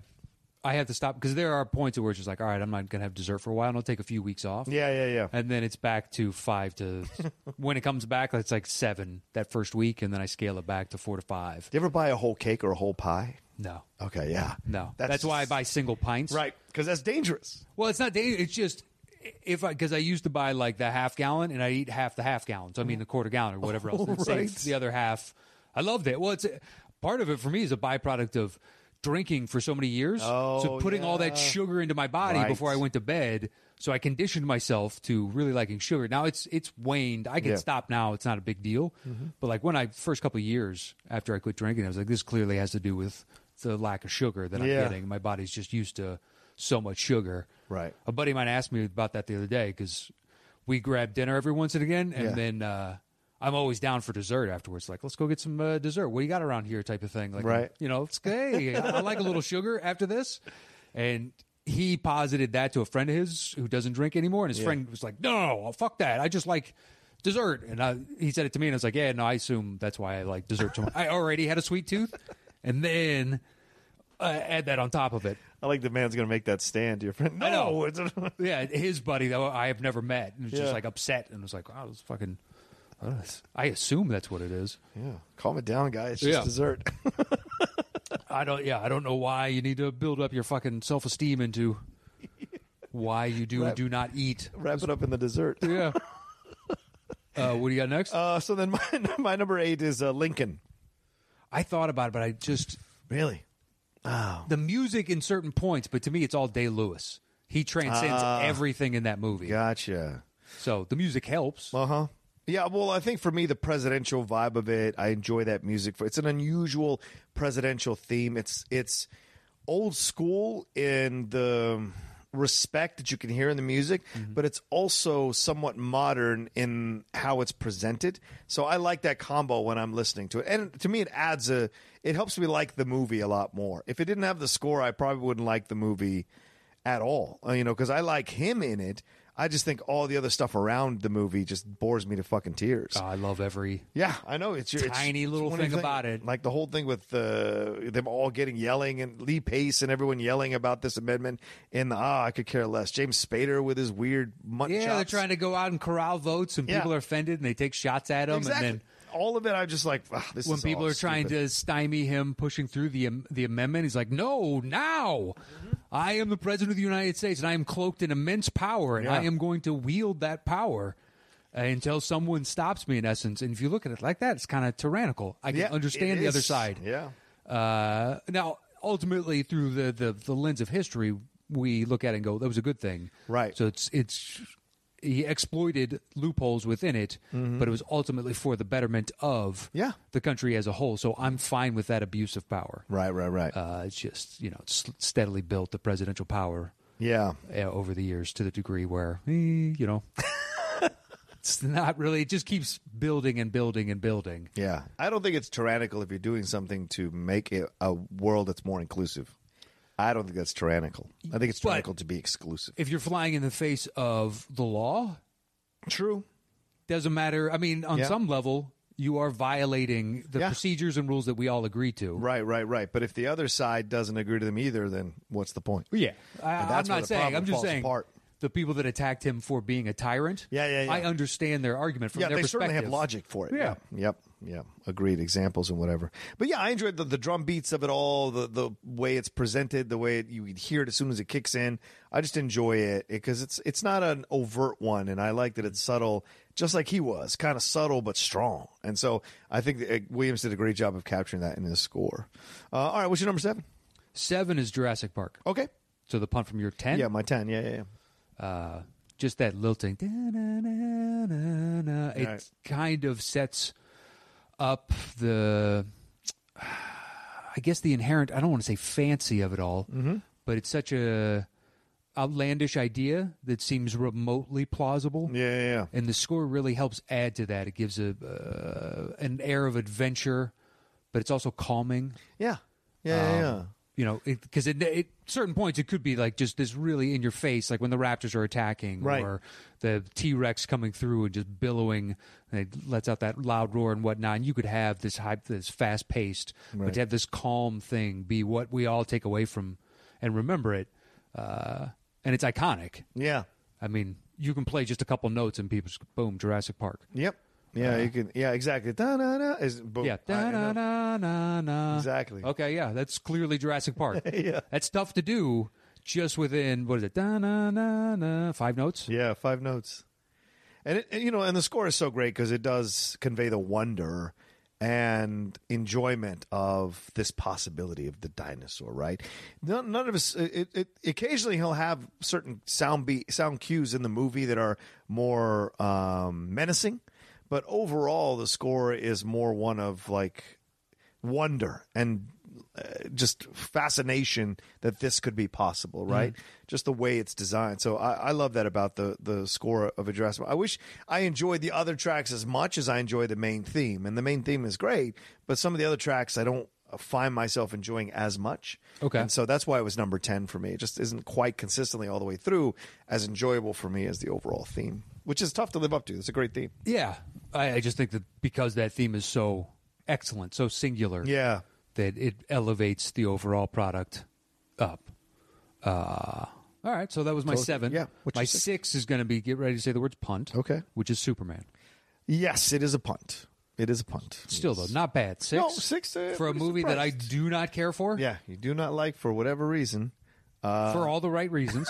I have to stop because there are points where it's just like, all right, I'm not gonna have dessert for a while, and I'll take a few weeks off.
Yeah, yeah, yeah.
and then it's back to five to when it comes back it's like seven that first week and then i scale it back to four to five
Do you ever buy a whole cake or a whole pie?
no
Okay, yeah.
no that's, why i buy single pints
Right, because that's dangerous.
well it's not daily it's just if i because i used to buy like the half gallon and i eat half the half gallon so i mean the quarter gallon or whatever else and save
Oh, Right.
the other half i loved it well it's part of it for me is a byproduct of drinking for so many years
Oh,
so putting all that
yeah.
sugar into my body
Right.
before i went to bed so i conditioned myself to really liking sugar now it's it's waned i can
Yeah. Mm-hmm.
stop now it's not a big deal but like when i first couple of years after i quit drinking i was like this clearly has to do with the lack of sugar that i'm
Yeah.
getting my body's just used to so much sugar
Right.
a buddy of mine asked me about that the other day because we grab dinner every once and again, and
Yeah.
then uh, I'm always down for dessert afterwards. Like, let's go get some uh, dessert. What do you got around here? Type of thing. Like,
Right.
You know, it's hey, I like a little sugar after this, and. He posited that to a friend of his who doesn't drink anymore, and his friend was like, "No, fuck that. I just like dessert." And I, he said it to me, and I was like, "Yeah, no, I assume that's why I like dessert so much. I already had a sweet tooth, and then uh, add that on top of it."
I like the man's going to make that stand to your friend.
I know.
No, it's
Yeah, his buddy that I have never met was
Yeah.
just like upset and was like, "Oh, it's fucking." I assume that's what it is.
yeah. Calm it down, guys. It's just
Yeah.
dessert.
I don't. Yeah, I don't know why you need to build up your fucking self esteem into why you do and do not eat.
Wrap it up in the dessert.
Yeah. uh, what do you got next?
Uh, so then my, my number eight is uh, Lincoln.
I thought about it, but I just
Really?
the music in certain points. But to me, it's all Day Lewis. He transcends
Ah.
everything in that movie.
Gotcha.
So the music helps.
Uh huh. Yeah, well, I think for me, the presidential vibe of it, I enjoy that music. For it's an unusual presidential theme. It's it's old school in the respect that you can hear in the music, but it's also somewhat modern in how it's presented. So I like that combo when I'm listening to it. And to me, it adds a, it helps me like the movie a lot more. If it didn't have the score, I probably wouldn't like the movie at all, uh, you know, because I like him in it. I just think all the other stuff around the movie just bores me to fucking tears.
Oh, I love every.
Yeah, I know. It's your it's-
Tiny
it's
little
one
thing
thing-
about it.
like the whole thing with uh, them all getting yelling and Lee Pace and everyone yelling about this amendment. And ah, I could care less. James Spader with his weird mutt
Yeah, they're
chops.
trying to go out and corral votes, and
Yeah.
people are offended, and they take shots at him,
exactly.
and then
all of it. I'm just like, ah, this
when
is
people
all
are trying
stupid.
to stymie him pushing through the am- the amendment, he's like, "No, now! I am the president of the United States, and I am cloaked in immense power, and
Yeah.
I am going to wield that power." uh, Until someone stops me, in essence, and if you look at it like that, it's kind of tyrannical. I can
Yeah,
understand
it
the other
is.
side.
Yeah,
Uh, now, ultimately, through the, the the lens of history, we look at it and go, "That was a good thing."
Right.
So it's it's he exploited loopholes within it, but it was ultimately for the betterment of
Mm-hmm. Yeah.
the country as a whole. So I'm fine with that abuse of power.
right, right, right.
Uh, it's just you know it's steadily built the presidential power
yeah,
uh, over the years to the degree where eh, you know. It's not really. It just keeps building and building and building.
yeah. I don't think it's tyrannical if you're doing something to make it a world that's more inclusive. I don't think that's tyrannical. I think it's
But-
tyrannical to be exclusive.
If you're flying in the face of the law,
True.
doesn't matter. I mean, on
Yeah.
some level, you are violating the
Yeah.
procedures and rules that we all agree to.
Right, right, right. But if the other side doesn't agree to them either, then what's the point?
Yeah, I,
And that's
I'm
where
not
the
saying.
problem
I'm just
falls
saying
apart.
the people that attacked him for being a tyrant.
Yeah, yeah, yeah.
I understand their argument from
yeah,
their
they
perspective.
certainly have logic for it.
Yeah.
Yep. Yeah. Agreed. Examples and whatever. But yeah, I enjoyed the, the drum beats of it all, the, the way it's presented, the way it, you can hear it as soon as it kicks in. I just enjoy it because it's it's not an overt one, and I like that it's subtle, just like he was, kind of subtle but strong. And so I think that, uh, Williams did a great job of capturing that in his score. Uh, all right, what's your number seven?
Seven is Jurassic Park.
Okay.
So the punt from your ten.
Yeah, my ten. Yeah, yeah, yeah.
Uh, just that lilting. Da-na-na-na-na. It
Right.
kind of sets up the, I guess the inherent. I don't want to say fancy of it all, but it's such a outlandish idea that seems remotely plausible.
Yeah, yeah, yeah.
And the score really helps add to that. It gives a uh, an air of adventure, but it's also calming
Yeah. Yeah, yeah, yeah.
you know, because at it, certain points it could be like just this really in your face, like when the Raptors are attacking,
Right.
or the T Rex coming through and just billowing, and it lets out that loud roar and whatnot. And you could have this hype, this fast paced, but
Right.
to have this calm thing be what we all take away from and remember it, uh, and it's iconic.
Yeah.
I mean, you can play just a couple notes and people just boom, Jurassic Park.
Yep. Yeah, you can. Yeah, exactly. Da da da. Is boom.
Uh-huh. Yeah,
I- I
da
know.
na na na na.
Exactly.
Okay, yeah, that's clearly Jurassic Park.
Yeah.
That's tough to do just within what is it? Da na na na five notes.
Yeah, five notes. And, it, and, you know, and the score is so great because it does convey the wonder and enjoyment of this possibility of the dinosaur. Right? None, none of us. It, it, occasionally he'll have certain sound be, sound cues in the movie that are more um, menacing, but overall the score is more one of like wonder and uh, just fascination that this could be possible, right? Just the way it's designed. So I, I love that about the the score of a Jurassic. Park. I wish I enjoyed the other tracks as much as I enjoy the main theme, and the main theme is great. But some of the other tracks I don't uh, find myself enjoying as much.
Okay.
and so that's why it was number ten for me. It just isn't quite consistently all the way through as enjoyable for me as the overall theme, which is tough to live up to. It's a great theme.
Yeah, I, I just think that because that theme is so excellent, so singular,
Yeah,
that it elevates the overall product up. Uh, all right, so that was my
So,
seven.
yeah, what's
my
your six?
six? is going to be get ready to say the words punt.
Okay.
which is Superman.
yes, it is a punt. It is a punt.
Still though, not bad. Six.
No, six, uh,
for a
pretty
movie that I
surprised.
do not care for.
Yeah, you do not like for whatever reason.
for all the right reasons.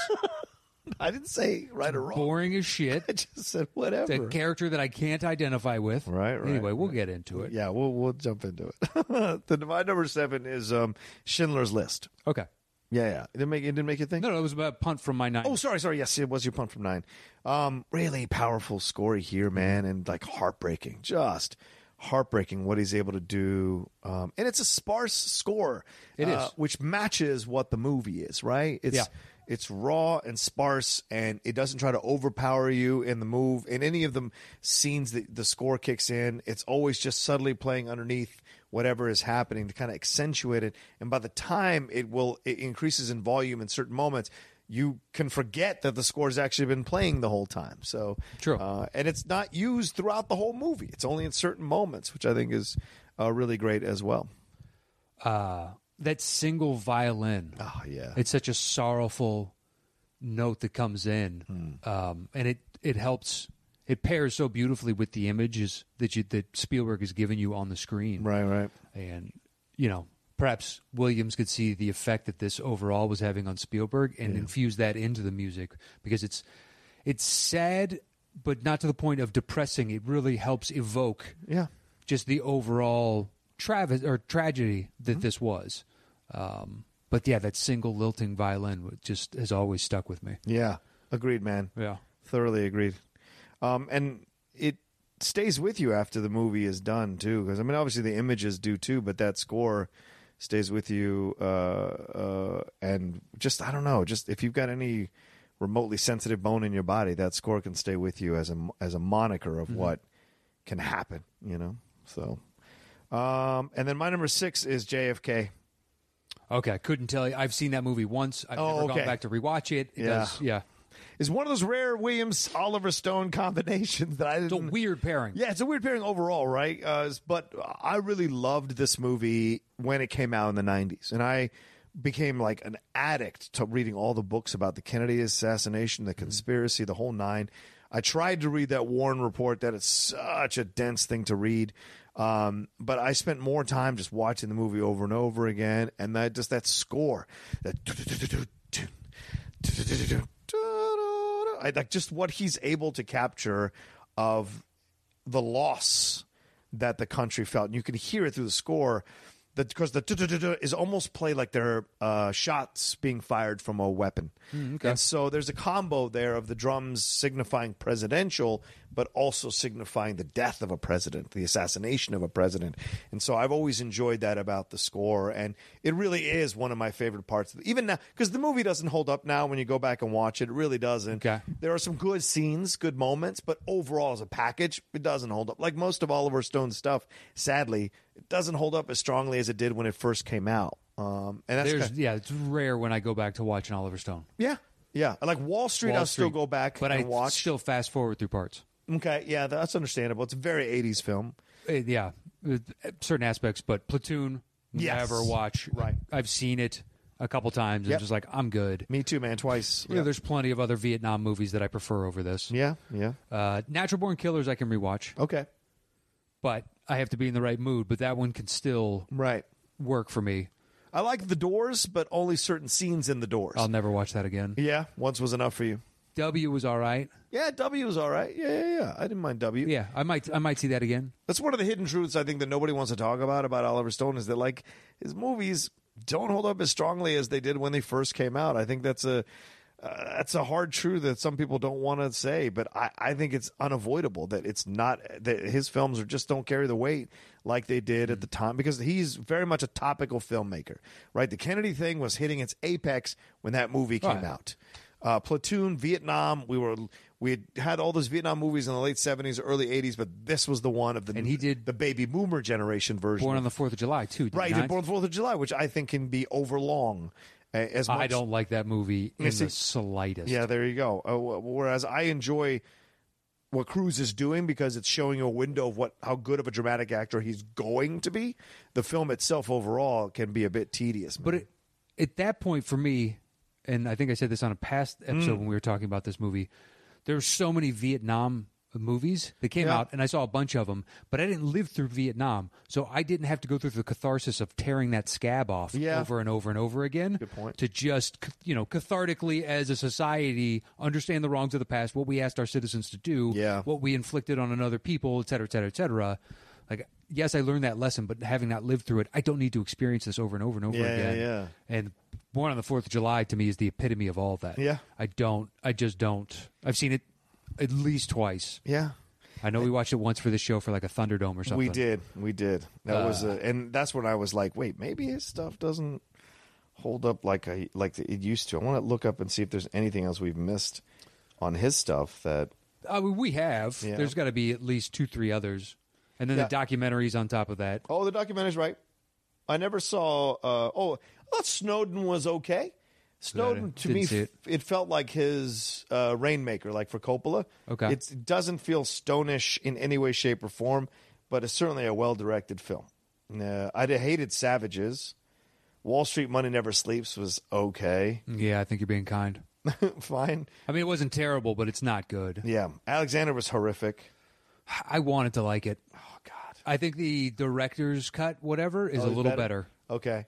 I didn't say right or wrong.
boring as shit.
I just said
A
whatever.
character that I can't identify with.
Right, right,
Anyway, we'll get into it.
Yeah, we'll we'll jump into it. the my number seven is um, Schindler's List.
Okay.
Yeah, yeah. It didn't make it didn't make you think.
No, no, it was about punt from my nine.
Oh, sorry, sorry. Yes, it was your punt from nine. Um, really powerful score here, man, and like heartbreaking, just heartbreaking what he's able to do. Um, and it's a sparse score.
It
uh,
is.
which matches what the movie is, right? It's
Yeah.
It's raw and sparse, and it doesn't try to overpower you in the move. In any of the scenes that the score kicks in, it's always just subtly playing underneath whatever is happening to kind of accentuate it. And by the time it will, it increases in volume in certain moments. You can forget that the score's actually been playing the whole time. So
True.
uh, and it's not used throughout the whole movie. It's only in certain moments, which I think is uh, really great as well.
Uh, that single violin.
Oh yeah,
It's such a sorrowful note that comes in,
Hmm.
um, and it it helps. It pairs so beautifully with the images that you that Spielberg has given you on the screen,
right, right.
and you know perhaps Williams could see the effect that this overall was having on Spielberg and infuse that into the music because it's it's sad but not to the point of depressing. It really helps evoke
Yeah,
just the overall travis or tragedy
Mm-hmm.
that this was. Um, but yeah, that single lilting violin w- just has always stuck with me.
yeah. Agreed, man.
Yeah,
Thoroughly agreed. Um, and it stays with you after the movie is done too, because I mean, obviously the images do too, but that score stays with you. Uh, uh, and just I don't know, just if you've got any remotely sensitive bone in your body, that score can stay with you as a as a moniker of what can happen. You know, so. Um, and then my number six is JFK.
okay, I couldn't tell you. I've seen that movie once. I've
Oh,
never
okay.
gone back to rewatch it. It
Yeah.
does, yeah.
Is one of those rare Williams Oliver Stone combinations that I didn't.
It's a weird pairing.
Yeah, it's a weird pairing overall, right? Uh, but I really loved this movie when it came out in the 90s. And I became like an addict to reading all the books about the Kennedy assassination, the conspiracy, the whole nine. I tried to read that Warren report, that it's such a dense thing to read. Um, but I spent more time just watching the movie over and over again. And that just that score, that. I, like just what he's able to capture of the loss that the country felt, and you can hear it through the score. That because the du-du-du-du is almost played like they're uh, shots being fired from a weapon, and so there's a combo there of the drums signifying presidential, but also signifying the death of a president, the assassination of a president, and so I've always enjoyed that about the score, and it really is one of my favorite parts. Even now, because the movie doesn't hold up now when you go back and watch it, it really doesn't.
Okay.
There are some good scenes, good moments, but overall as a package, it doesn't hold up. Like most of Oliver Stone's stuff, sadly, it doesn't hold up as strongly as it did when it first came out. Um, and that's
There's
kind-
yeah, it's rare when I go back to watch an Oliver Stone.
yeah, yeah. Like Wall Street,
Wall
I'll still
Street.
go back
but
and
I
watch.
still fast forward through parts.
okay, yeah, that's understandable. It's a very '80s film.
Uh, yeah, uh, certain aspects, but Platoon
Yes.
never watch.
Right.
I've seen it a couple times. And
Yep.
I'm just like I'm good.
Me too, man. Twice.
You know, there's plenty of other Vietnam movies that I prefer over this.
yeah, yeah.
Uh, Natural Born Killers I can rewatch,
Okay,
but I have to be in the right mood. But that one can still
right.
work for me.
I like The Doors, but only certain scenes in The Doors.
I'll never watch that again.
yeah, once was enough for you.
W was all right.
Yeah, W was all right. Yeah, yeah, yeah. I didn't mind W.
Yeah, I might I might see that again.
That's one of the hidden truths I think that nobody wants to talk about about Oliver Stone is that like his movies don't hold up as strongly as they did when they first came out. I think that's a uh, that's a hard truth that some people don't want to say, but I, I think it's unavoidable that it's not that his films are just don't carry the weight like they did at the time because he's very much a topical filmmaker, right? The Kennedy thing was hitting its apex when that movie came
Right.
out uh, Platoon, Vietnam. We were we had, had all those Vietnam movies in the late seventies, early eighties, but this was the one of the
And he did-
the baby boomer generation version.
Born on the Fourth of July too. did
right, he
he
did
not?
Born Fourth of July, which I think can be overlong. uh, As much,
I don't like that movie in
see-
the slightest.
Yeah, there you go. Uh, wh- whereas I enjoy what Cruz is doing because it's showing you a window of what how good of a dramatic actor he's going to be. The film itself overall can be a bit tedious,
But
man.
it, at that point for me, and I think I said this on a past
Mm.
episode when we were talking about this movie, there were so many Vietnam movies that came
Yeah.
out, and I saw a bunch of them, but I didn't live through Vietnam, so I didn't have to go through the catharsis of tearing that scab off
Yeah.
over and over and over again. Good
point.
To just, you know, cathartically as a society, understand the wrongs of the past, what we asked our citizens to do,
Yeah.
what we inflicted on another people, et cetera, et cetera, et cetera. Like, yes, I learned that lesson, but having not lived through it, I don't need to experience this over and over and over over
Yeah, yeah,
again.
yeah.
And Born on the Fourth of July to me is the epitome of all that.
Yeah.
I don't. I just don't. I've seen it at least twice.
yeah.
I know we watched it once for the show for like a Thunderdome or something.
We
Uh,
did, we did. That was, a, and that's when I was like, wait, maybe his stuff doesn't hold up like I like it used to. I want to look up and see if there's anything else we've missed on his stuff that
I mean, Uh, we have.
Yeah.
There's got to be at least two, three others, and then
Yeah.
the documentaries on top of that.
Oh, the documentary's right. I never saw. Uh, oh, I thought Snowden was okay. Snowden to
didn't
me,
see
it.
it.
felt like his uh, Rainmaker, like for Coppola.
Okay.
It's, it doesn't feel stonish in any way, shape, or form, but it's certainly a well-directed film. Uh, I hated Savages. Wall Street Money Never Sleeps was okay,
Yeah, I think you're being kind.
fine.
I mean, it wasn't terrible, but it's not good.
Yeah, Alexander was horrific.
I wanted to like it.
Oh God,
I think the director's cut, whatever, is
Oh,
a
it's
little better.
Okay.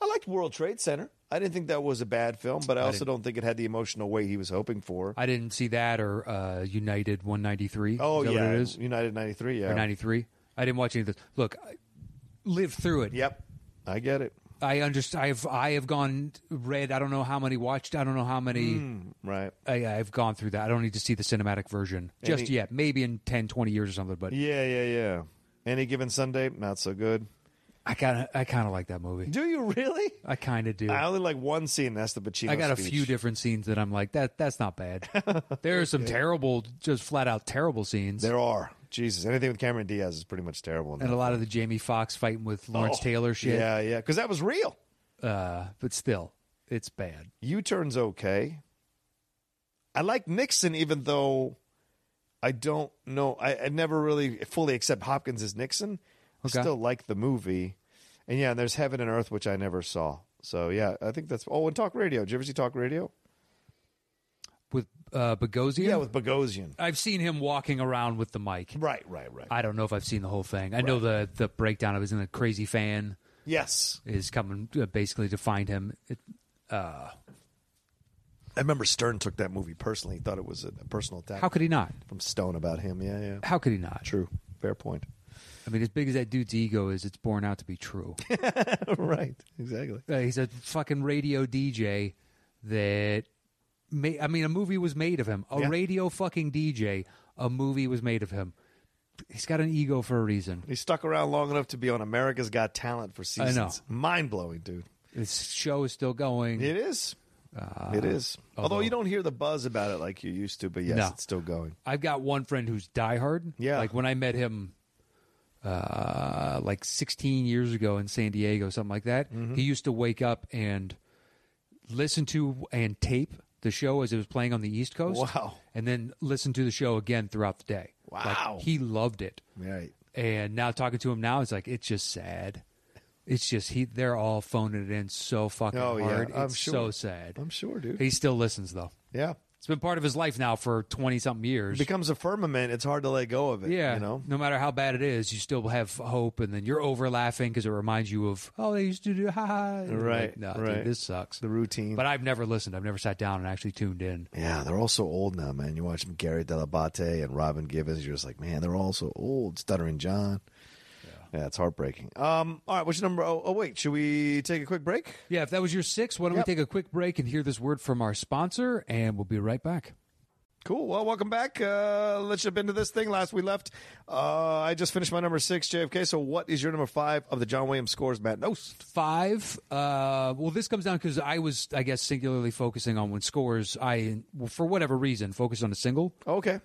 I liked World Trade Center. I didn't think that was a bad film, but I also
didn't-
don't think it had the emotional weight he was hoping for.
I didn't see that or uh, United 193.
oh
is that
yeah,
what it is
United '93.
or
Yeah.
93. I didn't watch any of this. Look, I lived through it.
Yep. I get it.
I understand. I've I have gone read. I don't know how many watched. I don't know how many.
Hmm. Right.
I, I've gone through that. I don't need to see the cinematic version just
Any-
yet. Maybe in 10, 20 years or something. But
Yeah, yeah, yeah. Any given Sunday, not so good.
I kind of I kind of like that movie.
Do you really?
I kind of do.
I only like one scene. That's the Pacino.
I got a
speech.
few different scenes that I'm like that. That's not bad. there are some terrible, just flat out terrible scenes,
There are. Jesus, anything with Cameron Diaz is pretty much terrible. in
and
that.
a lot of the Jamie Foxx fighting with Lawrence
Oh,
Taylor shit.
Yeah, yeah. Because that was real.
Uh, but still, it's bad.
U-turns okay. I like Nixon, even though I don't know. I, I never really fully accept Hopkins as Nixon.
Okay.
I still like the movie, and yeah, and there's Heaven and Earth, which I never saw. So yeah, I think that's. Oh, and Talk Radio. Did you ever see Talk Radio?
With uh, Bogosian,
Yeah, with Bogosian.
I've seen him walking around with the mic.
Right, right, right.
I don't know if I've seen the whole thing. I know the the breakdown of his in the crazy fan
yes,
is coming uh, basically to find him. It,
I remember Stern took that movie personally. He thought it was a, a personal attack
how could he not?
from Stone about him. Yeah, yeah.
How could he not?
True. Fair point.
I mean, as big as that dude's ego is, it's borne out to be true.
right. Exactly.
Uh, he's a fucking radio DJ that ma I mean, a movie was made of him. A
Yeah.
radio fucking DJ. A movie was made of him. He's got an ego for a reason.
He stuck around long enough to be on America's Got Talent for
I know.
seasons. Mind blowing, dude.
This show is still going.
It is.
Uh,
it is. Although, you don't hear the buzz about it like you used to, but yes,
No.
it's still going.
I've got one friend who's diehard.
Yeah.
Like when I met him, uh, like 16 years ago in San Diego, something like that.
Mm-hmm.
He used to wake up and listen to and tape the show as it was playing on the East Coast.
Wow.
And then listen to the show again throughout the day. Like,
Wow.
he loved it.
Right.
And now talking to him now, it's like it's just sad. It's just he. They're all phoning it in so fucking
Oh, yeah.
hard.
I'm
it's
sure.
so sad.
I'm sure, dude.
He still listens though.
yeah.
It's been part of his life now for twenty something years.
It becomes a firmament. It's hard to let go of it.
Yeah,
You know?
no matter how bad it is, you still have hope, and then you're over laughing because it reminds you of oh they used to do ha ha. And you're
Right,
like, no,
right.
dude, this sucks.
The routine.
But I've never listened. I've never sat down and actually tuned in.
yeah, they're all so old now, man. You watch Gary Delabate and Robin Gibbons. You're just like, man, they're all so old. Stuttering John. Yeah, it's heartbreaking. Um, all right, what's your number? Oh, oh wait, should we take a quick break?
Yeah, if that was your six, why don't
Yep.
we take a quick break and hear this word from our sponsor, and we'll be right back.
Cool. Well, welcome back. Uh, let's jump into this thing. Last we left, uh, I just finished my number six, JFK. So, what is your number five of the John Williams scores, Matt? No,
five. Uh, well, this comes down because I was, I guess, singularly focusing on when scores. I, for whatever reason, focused on a single.
Okay.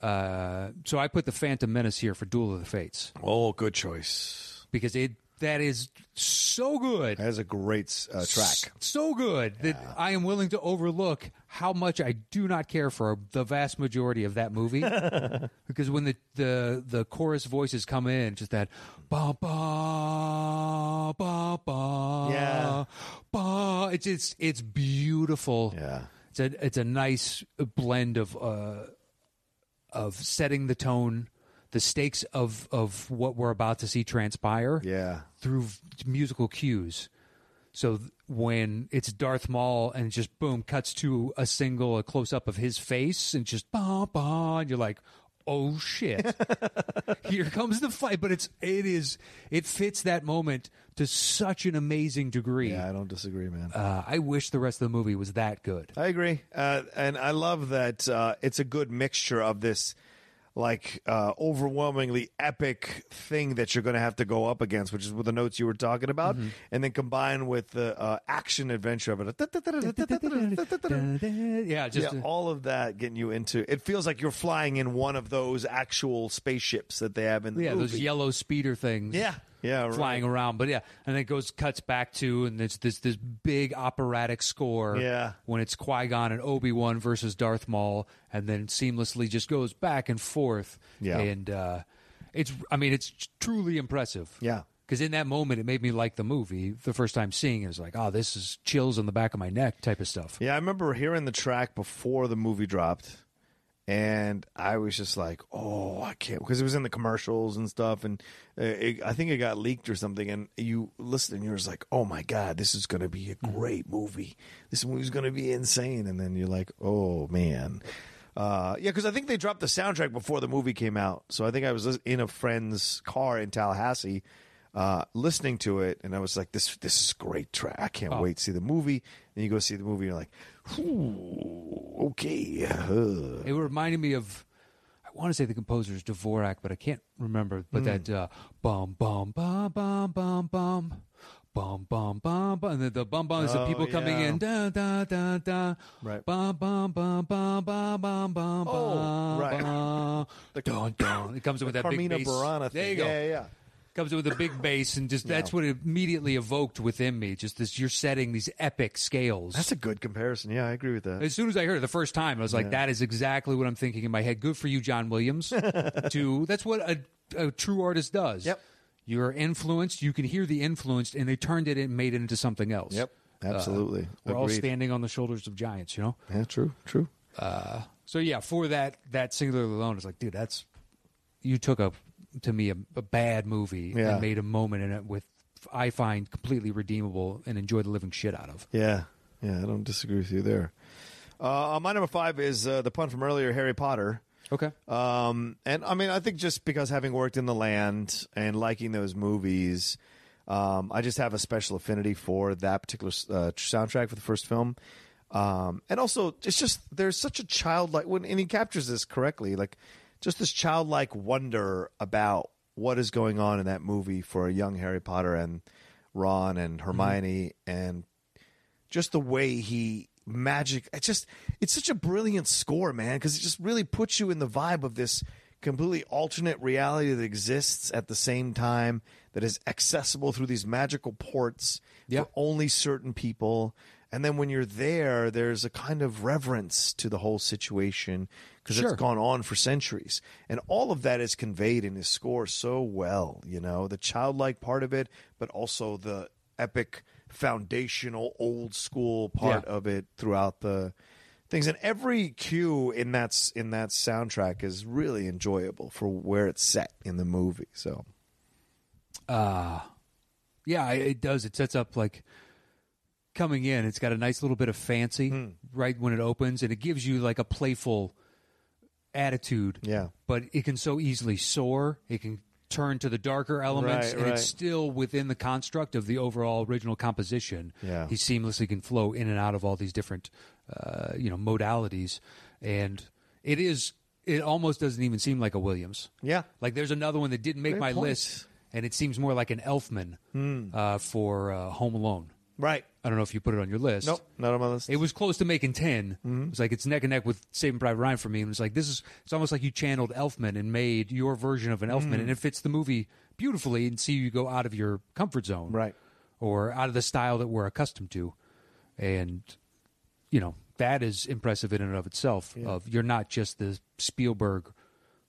Uh, so I put the Phantom Menace here for Duel of the Fates
Oh, good choice.
because it that is so good,
That is a great uh,
S-
track.
so good that I am willing to overlook how much I do not care for the vast majority of that movie because when the the the chorus voices come in, just that ba ba ba ba
Yeah.
ba. It's it's it's beautiful.
Yeah.
It's a it's a nice blend of uh of setting the tone, the stakes of of what we're about to see transpire
Yeah.
through v- musical cues. So th- when it's Darth Maul and just boom cuts to a single, a close up of his face, and just bah bah, and you're like, oh shit, here comes the fight. But it's it is it fits that moment to such an amazing degree.
Yeah, I don't disagree, man.
Uh, I wish the rest of the movie was that good.
I agree. Uh, and I love that uh, it's a good mixture of this like uh, overwhelmingly epic thing that you're going to have to go up against, which is with the notes you were talking about,
Mm-hmm.
and then combine with the uh, action adventure of it.
yeah, just
yeah, all of that getting you into it feels like you're flying in one of those actual spaceships that they have in the
yeah,
movie.
those yellow speeder things.
yeah, yeah, right.
flying around. But yeah, and then it goes cuts back to and it's this this big operatic score.
Yeah.
when it's Qui Gon and Obi Wan versus Darth Maul, and then seamlessly just goes back and forth.
Yeah.
and uh, it's I mean it's truly impressive.
Yeah.
Because in that moment, it made me like the movie the first time seeing it. It was like, oh, this is chills on the back of my neck type of stuff.
Yeah, I remember hearing the track before the movie dropped, and I was just like, "Oh, I can't," because it was in the commercials and stuff, and uh, it, I think it got leaked or something. And you listen, and you're just like, "Oh my god, this is going to be a great movie. This movie's going to be insane." And then you're like, "Oh man." Uh, yeah, because I think they dropped the soundtrack before the movie came out. So I think I was lis- in a friend's car in Tallahassee, uh, listening to it, and I was like, "This this is a great track. I
Oh.
can't wait to see the movie." Then you go see the movie, and you're like, "Ooh, okay." uh."
It reminded me of, I want to say the composer's Dvorak, but I can't remember. But
Hmm.
that uh, bum bum bum bum bum bum bum bum bum bum, and the, the bum bum is the
Oh,
people coming
yeah.
in da da da da,
Right.
Bum bum bum bum bum bum bum
Oh,
bum.
right.
bum. dun dun. It comes in with that
Carmina
big bass.
Burana.
There you
Thing.
go.
Yeah, yeah, yeah.
Comes in with a big bass, and just that's what it immediately evoked within me. Just this, you're setting these epic scales.
That's a good comparison. Yeah, I agree with that.
As soon as I heard it the first time, I was like, "That is exactly what I'm thinking in my head." Good for you, John Williams. to that's what a, a true artist does.
Yep.
You're influenced. You can hear the influence, and they turned it and made it into something else.
Yep, absolutely.
uh, We're all
Agreed.
standing on the shoulders of giants, you know.
yeah, true, true.
So yeah, for that that singular alone, it's like, dude, that's you took a to me a, a bad movie
Yeah.
and made a moment in it with I find completely redeemable and enjoy the living shit out of.
Yeah, yeah, I don't disagree with you there. Uh, my number five is uh, the pun from earlier, Harry Potter.
Okay.
Um, and I mean, I think just because having worked in the land and liking those movies, um, I just have a special affinity for that particular uh, soundtrack for the first film. Um, and also, it's just there's such a childlike when and he captures this correctly, like just this childlike wonder about what is going on in that movie for a young Harry Potter and Ron and Hermione and just the way he magic it's just it's such a brilliant score man because it just really puts you in the vibe of this completely alternate reality that exists at the same time that is accessible through these magical ports
Yeah.
for only certain people and then when you're there there's a kind of reverence to the whole situation because
Sure.
it's gone on for centuries and all of that is conveyed in his score so well you know the childlike part of it but also the epic foundational old school part
Yeah.
of it throughout the things and every cue in that s- in that soundtrack is really enjoyable for where it's set in the movie so
Yeah, I- it does. It sets up like coming in. It's got a nice little bit of fancy
Hmm.
right when it opens, and it gives you like a playful attitude.
Yeah.
but it can so easily soar. It can turn to the darker elements,
Right,
and
right.
it's still within the construct of the overall original composition.
Yeah.
he seamlessly can flow in and out of all these different, uh, you know, modalities, and it is. It almost doesn't even seem like a Williams.
Yeah.
like there's another one that didn't make
Great
my
point. Hmm.
list, and it seems more like an Elfman uh, for uh, Home Alone.
right
I don't know if you put it on your list.
nope Mm-hmm. not on my list
It was close to making 10 It was like it's neck and neck with Saving Private Ryan for me. And it's like this is it's almost like you channeled Elfman and made your version of an
Mm-hmm.
Elfman, and it fits the movie beautifully. And see you go out of your comfort zone,
Right.
or out of the style that we're accustomed to, and you know that is impressive in and of itself. Of you're not just the Spielberg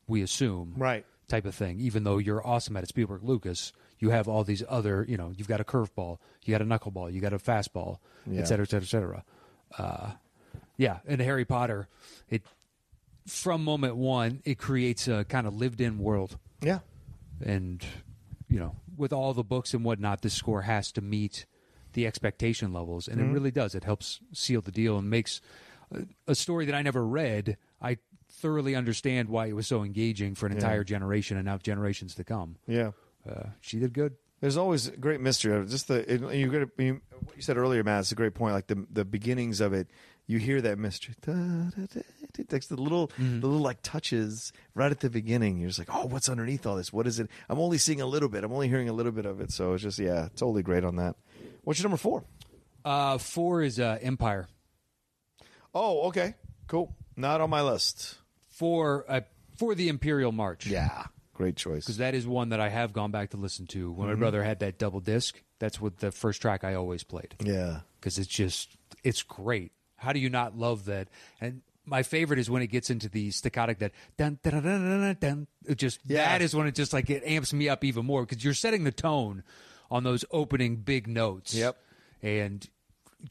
we assume,
Right.
Type of thing. Even though you're awesome at it, Spielberg Lucas, you have all these other. You know, you've got a curveball, you got a knuckleball, you got a fastball,
Yeah.
et cetera, et cetera, et cetera. Uh, yeah, and Harry Potter, it from moment one, it creates a kind of lived-in world,
yeah
and you know, with all the books and whatnot, this score has to meet the expectation levels, and it really does. It helps seal the deal and makes a, a story that I never read. I thoroughly understand why it was so engaging for an entire generation and now generations to come.
yeah
Uh, she did good.
There's always a great mystery. of it. Just the it, you, gotta, you what you said earlier, Matt. It's a great point. Like the the beginnings of it, you hear that mystery. Da, da, da, Dude, that's the little, the little like touches right at the beginning. You're just like, oh, what's underneath all this? What is it? I'm only seeing a little bit. I'm only hearing a little bit of it. So it's just, yeah, totally great on that. What's your number four?
Uh, four is uh, Empire.
Oh, okay, cool. Not on my list.
For uh, for the Imperial March.
Yeah, great choice.
because that is one that I have gone back to listen to. When my brother had that double disc, that's what the first track I always played
Yeah,
because it's just it's great. How do you not love that? And my favorite is when it gets into the staccato that dun dun dun dun dun, dun, dun. It just
Yeah.
that is when it just like it amps me up even more because you're setting the tone on those opening big notes.
Yep.
and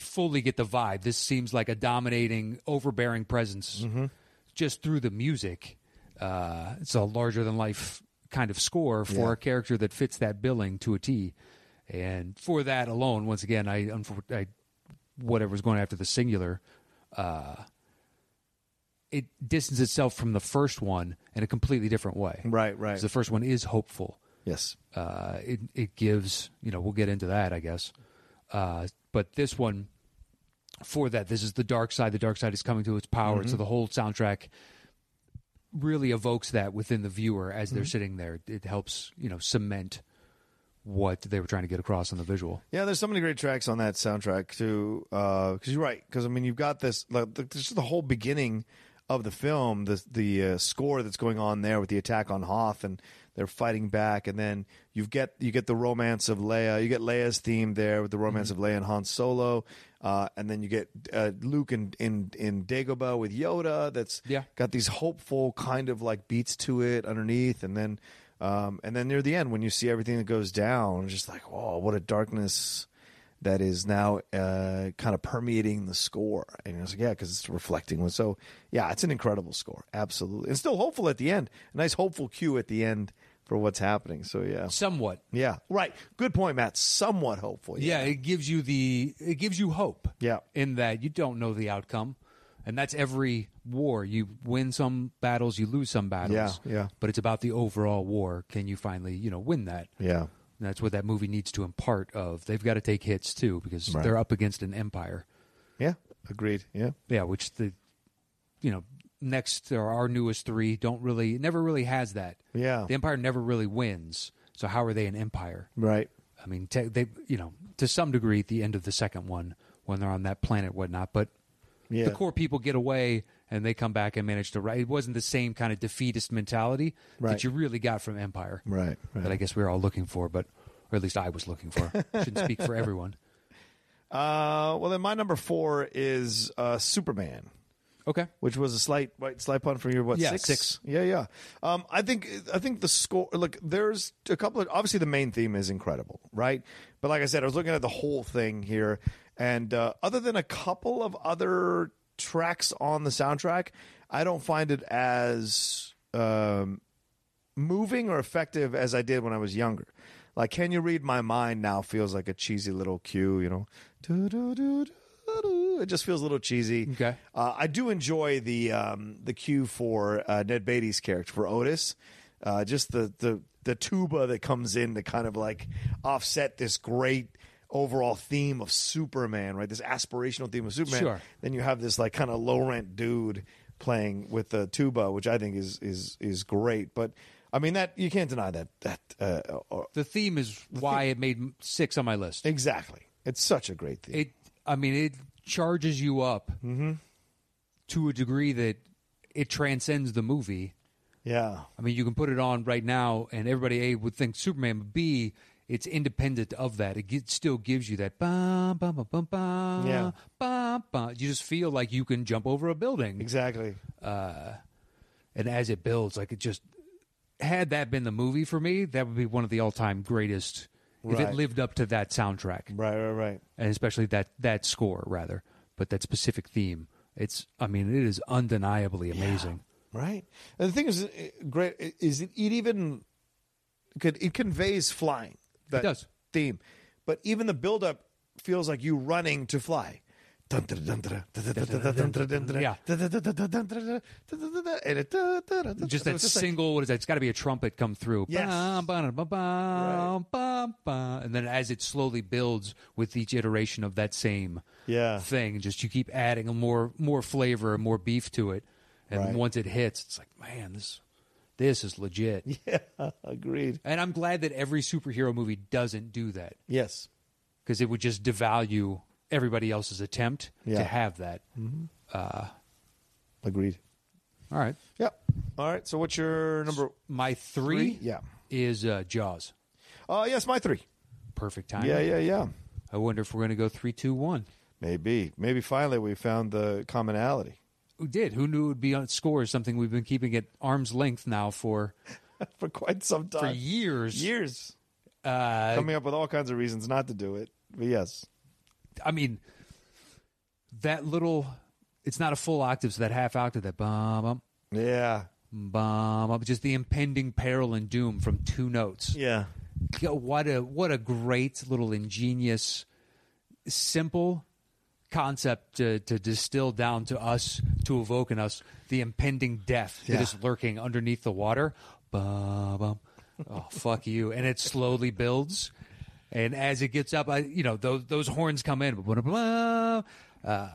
fully get the vibe. This seems like a dominating, overbearing presence
Mm-hmm.
just through the music. Uh, it's a larger than life kind of score for
Yeah.
a character that fits that billing to a T. And for that alone, once again, I, unfor- I whatever's going after the singular, uh, it distances itself from the first one in a completely different way.
right, right.
'Cause The first one is hopeful
yes,
uh, it it gives you know we'll get into that I guess, uh, but this one for that this is the dark side. The dark side is coming to its power, and so the whole soundtrack really evokes that within the viewer as they're sitting there. It helps you know cement what they were trying to get across on the visual.
Yeah, there's so many great tracks on that soundtrack too. Because you're right. Because I mean, you've got this like the, just the whole beginning of the film, the the uh, score that's going on there with the attack on Hoth, and they're fighting back, and then you get you get the romance of Leia. You get Leia's theme there with the romance of Leia and Han Solo, uh, and then you get uh, Luke in, in in Dagobah with Yoda. That's
Yeah.
got these hopeful kind of like beats to it underneath, and then um, and then near the end when you see everything that goes down, it's just like whoa, what a darkness that is now uh, kind of permeating the score. And it's like yeah, because it's reflecting. So yeah, it's an incredible score, absolutely, and still hopeful at the end. A nice hopeful cue at the end for what's happening. So yeah,
Somewhat,
yeah, right. Good point, Matt. Somewhat hopeful.
yeah, it gives you the it gives you hope.
Yeah.
in that you don't know the outcome. And that's every war. You win some battles, you lose some battles.
Yeah, yeah.
But it's about the overall war. Can you finally, you know, win that?
yeah.
And that's what that movie needs to impart of. They've got to take hits too because
Right.
they're up against an empire.
Yeah, agreed. Yeah,
Yeah, which the you know, next or our newest 3 don't really never really has that.
yeah,
The empire never really wins. So how are they an empire?
right.
I mean, te- they you know, to some degree at the end of the second one when they're on that planet whatnot, but
Yeah,
the core people get away and they come back and manage to ri It wasn't the same kind of defeatist mentality
Right.
that you really got from Empire
right, right.
that I guess we were all looking for, but or at least I was looking for. Shouldn't speak for everyone.
Uh, well, then my number four is uh, Superman,
Okay.
which was a slight right, slight pun from your what
Yeah,
six?
six.
Yeah, yeah. Um, I think I think the score. Look, there's a couple of obviously the main theme is incredible, right? But like I said, I was looking at the whole thing here, and uh, other than a couple of other tracks on the soundtrack, I don't find it as um, moving or effective as I did when I was younger. Like, can you read my mind now? Feels like a cheesy little cue, you know. Do, do, do, do, do. It just feels a little cheesy.
Okay.
Uh, I do enjoy the um, the cue for uh, Ned Beatty's character for Otis. Uh, just the, the the tuba that comes in to kind of like offset this great overall theme of Superman, right? This aspirational theme of Superman.
Sure.
Then you have this like kind of low rent dude playing with the tuba, which I think is is is great. But I mean that you can't deny that that uh, uh,
The theme is why it made six on my list.
exactly. It's such a great theme.
It, I mean, it charges you up
Mm-hmm.
to a degree that it transcends the movie.
yeah.
I mean, you can put it on right now, and everybody A would think Superman. But B, it's independent of that. It gi- still gives you that ba ba ba ba ba
Yeah.
ba ba. You just feel like you can jump over a building,
Exactly.
and as it builds, like it just had that been the movie for me, that would be one of the all-time greatest. If
Right.
it lived up to that soundtrack,
Right, right, right.
and especially that that score rather, but that specific theme, it's I mean, it is undeniably amazing.
Right. And the thing is, uh, great is it, it even could it conveys flying that
does.
theme, but even the buildup feels like you running to fly. Yeah.
Yeah. just that single what is that it's got to be a trumpet come through
Yes.
Bum, bum, bum, bum,
Right.
bum, bum. and then as it slowly builds with each iteration of that same
Yeah.
thing just you keep adding more more flavor more beef to it And
Right.
once it hits, it's like, man, this this is legit.
Yeah, agreed.
And I'm glad that every superhero movie doesn't do that
Yes.
because it would just devalue everybody else's attempt
Yeah. Mm-hmm.
to have that.
Agreed.
All right.
Yep. All right. So what's your number?
My three,
Three? Yeah.
is uh, Jaws.
Oh, yes, my three.
Perfect time.
Yeah, yeah, yeah.
I wonder if we're going to go three, two, one.
Maybe. Maybe finally we found the commonality.
Who did? Who knew it would be on scores? Something we've been keeping at arm's length now for
For quite some
for
time.
years.
years.
Uh,
Coming up with all kinds of reasons not to do it. But yes.
I mean, that little. It's not a full octave, so that half octave, that bum bum
Yeah.
bum bum, just the impending peril and doom from two notes.
Yeah.
Yeah, what a what a great little ingenious, simple concept to, to distill down to us to evoke in us the impending death
Yeah.
that is lurking underneath the water. Bum, bum. Oh fuck you! And it slowly builds, and as it gets up, I you know those those horns come in. Blah, blah, blah. Uh,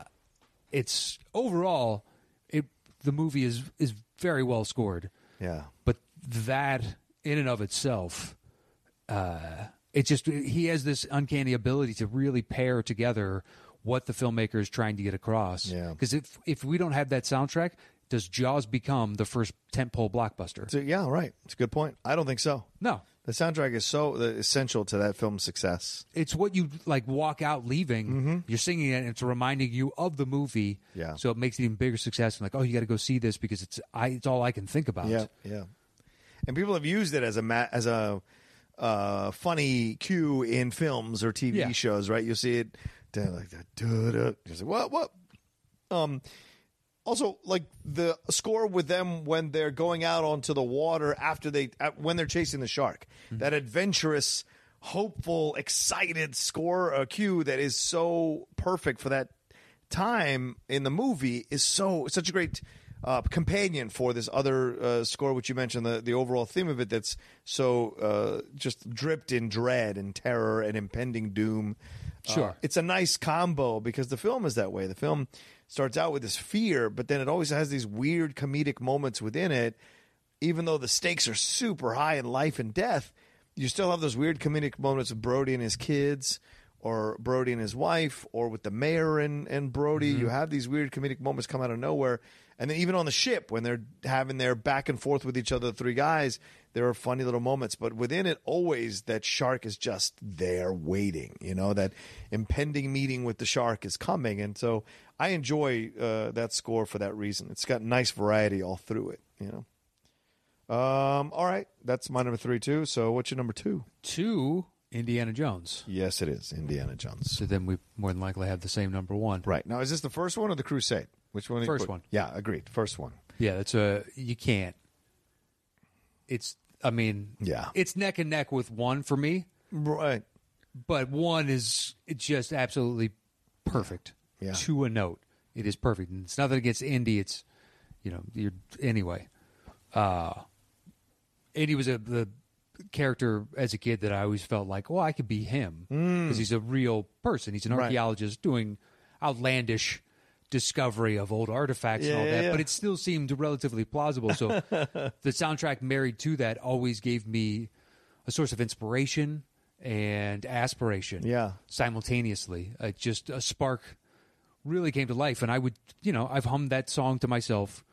it's overall, it the movie is is very well scored
Yeah.
but that in and of itself uh it just he has this uncanny ability to really pair together what the filmmaker is trying to get across
Yeah.
because if if we don't have that soundtrack does jaws become the first tentpole blockbuster
So, yeah, right. It's a good point. I don't think so.
no
The soundtrack is so uh, essential to that film's success.
it's what you like walk out leaving you're singing it and it's reminding you of the movie
Mm-hmm. Yeah.
so it makes it even bigger success and like oh you got to go see this because it's i it's all i can think about
Yeah, yeah. And people have used it as a ma- as a uh, funny cue in films or TV
Yeah.
shows, right? You see it da- like that. duh, duh. You're just like, what? What? Um. Also, like the score with them when they're going out onto the water after they at, when they're chasing the shark, that adventurous, hopeful, excited score uh, cue that is so perfect for that time in the movie is so such a great uh, companion for this other uh, score, which you mentioned the the overall theme of it that's so uh, just dripped in dread and terror and impending doom. Uh,
Sure.
it's a nice combo because the film is that way. The film starts out with this fear, but then it always has these weird comedic moments within it. Even though the stakes are super high in life and death, you still have those weird comedic moments with Brody and his kids, or Brody and his wife, or with the mayor and, and Brody. You have these weird comedic moments come out of nowhere. And then even on the ship, when they're having their back and forth with each other, the three guys, there are funny little moments. But within it, always that shark is just there waiting. You know that impending meeting with the shark is coming, and so I enjoy uh, that score for that reason. It's got nice variety all through it. You know. Um, all right, that's my number three too. So what's your number two?
to indiana jones
Yes, it is Indiana Jones.
so then we more than likely have the same number one
Right now, is this the first one or the Crusade? Which one? did you
First
put?
one.
Yeah, agreed. First one.
Yeah, it's a you can't. It's I mean,
Yeah.
it's neck and neck with one for me,
Right.
but one is just absolutely perfect
Yeah.
to a note. It is perfect, and it's nothing against Indy. It's you know you're anyway. Uh, Indy was a the character as a kid that I always felt like, well, I could be him because he's a real person. He's an
Mm. Right.
archaeologist doing outlandish discovery of old artifacts and
Yeah,
all
yeah,
that,
yeah.
but it still seemed relatively plausible. So the soundtrack married to that always gave me a source of inspiration and aspiration.
Yeah.
Simultaneously, it just a spark really came to life, and I would, you know, I've hummed that song to myself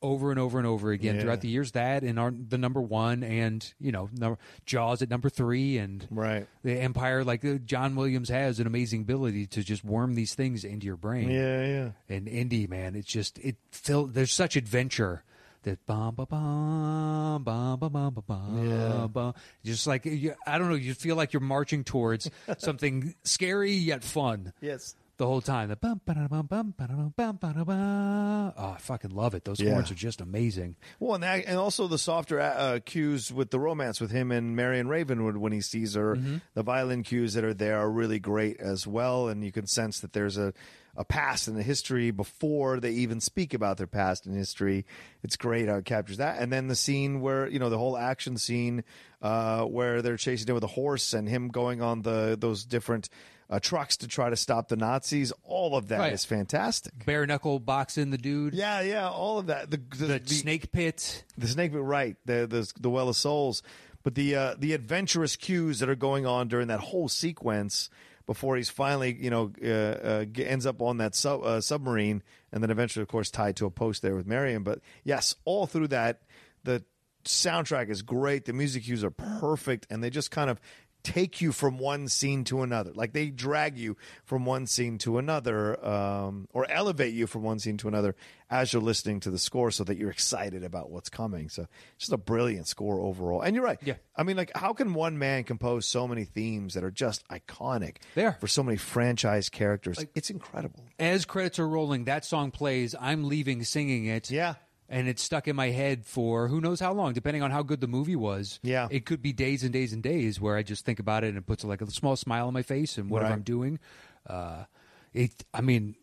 over and over and over again
Yeah.
throughout the years. That and our, the number one, and you know, number, Jaws at number three, and
Right.
the Empire. Like uh, John Williams has an amazing ability to just worm these things into your brain
Yeah, yeah.
and indie man it's just it fill there's such adventure that bum ba bum bum bum bum bum
Yeah.
bum bum just like you, I don't know you feel like you're marching towards something scary yet fun
Yes.
the whole time the bum ba bum bum ba bum ba bum oh I fucking love it those
Yeah.
horns are just amazing
Well, and, that, and also the softer uh, cues with the romance with him and Marion Ravenwood when he sees her. The violin cues that are there are really great as well, and you can sense that there's a, a past and a history before they even speak about their past and history. It's great how it captures that, and then the scene where you know the whole action scene uh, where they're chasing him with a horse and him going on the those different uh, trucks to try to stop the Nazis. All of that is
Right.
fantastic.
Bare knuckle boxing the dude.
Yeah, yeah, all of that. The the,
The snake pit.
the snake pit, right? The the the well of souls, but the uh, the adventurous cues that are going on during that whole sequence before he's finally you know uh, uh, g- ends up on that sub, uh, submarine and then eventually of course tied to a post there with Marion. But yes, all through that the soundtrack is great. The music cues are perfect, and they just kind of take you from one scene to another like they drag you from one scene to another um, or elevate you from one scene to another as you're listening to the score so that you're excited about what's coming so it's just a brilliant score overall and you're right
Yeah.
i mean like how can one man compose so many themes that are just iconic
They are.
for so many franchise characters it's incredible
As credits are rolling, that song plays. I'm leaving singing it.
Yeah.
And it's stuck in my head for who knows how long, depending on how good the movie was.
Yeah.
It could be days and days and days where I just think about it and it puts like a small smile on my face and whatever
Right.
I'm doing. Uh, it, I mean,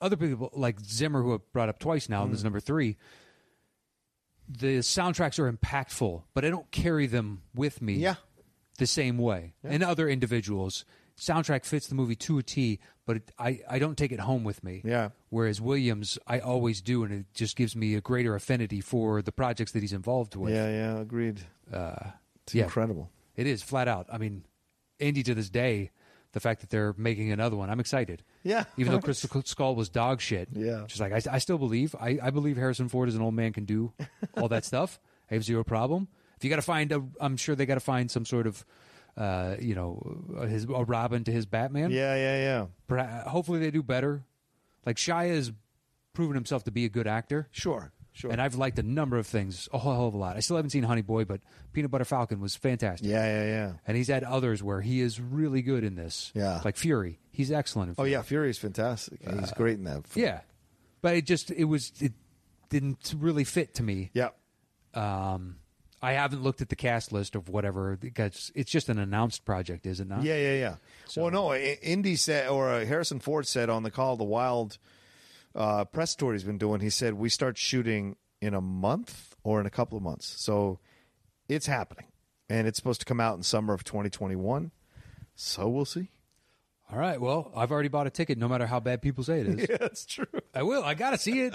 other people like Zimmer, who I've brought up twice now, and
Mm.
this is number three. The soundtracks are impactful, but I don't carry them with me
Yeah.
the same way. And other individuals, soundtrack fits the movie to a T, but it, I, I don't take it home with me.
Yeah.
Whereas Williams, I always do, and it just gives me a greater affinity for the projects that he's involved with.
yeah yeah agreed it's
Uh, yeah.
incredible
It is flat out. I mean, Indy to this day, the fact that they're making another one, I'm excited.
Yeah.
Even though Crystal Skull was dog shit.
Yeah.
Just like, I, I still believe. I, I believe Harrison Ford as an old man can do all that stuff. I have zero problem. If you got to find, a, I'm sure they got to find some sort of, uh, you know, uh, his a Robin to his Batman.
yeah yeah yeah
Perha- hopefully they do better. Like Shia has proven himself to be a good actor.
sure sure
And I've liked a number of things, a whole hell of a lot. I still haven't seen Honey Boy, but Peanut Butter Falcon was fantastic
yeah yeah yeah
and he's had others where he is really good in this.
Yeah.
like Fury, he's excellent. In
oh
Fury.
yeah fury's fantastic he's great in that
Uh, yeah. But it just it was it didn't really fit to me.
yeah
Um, I haven't looked at the cast list of whatever because it's just an announced project, is it not?
Yeah, yeah, yeah. well, no, I- Indy said, or uh, Harrison Ford said on the Call of the Wild uh, press tour he's been doing, he said, we start shooting in a month or in a couple of months. So it's happening. And it's supposed to come out in summer of 2021. So we'll see.
All right. Well, I've already bought a ticket, no matter how bad people say it is.
Yeah, that's true.
I will. I gotta see it.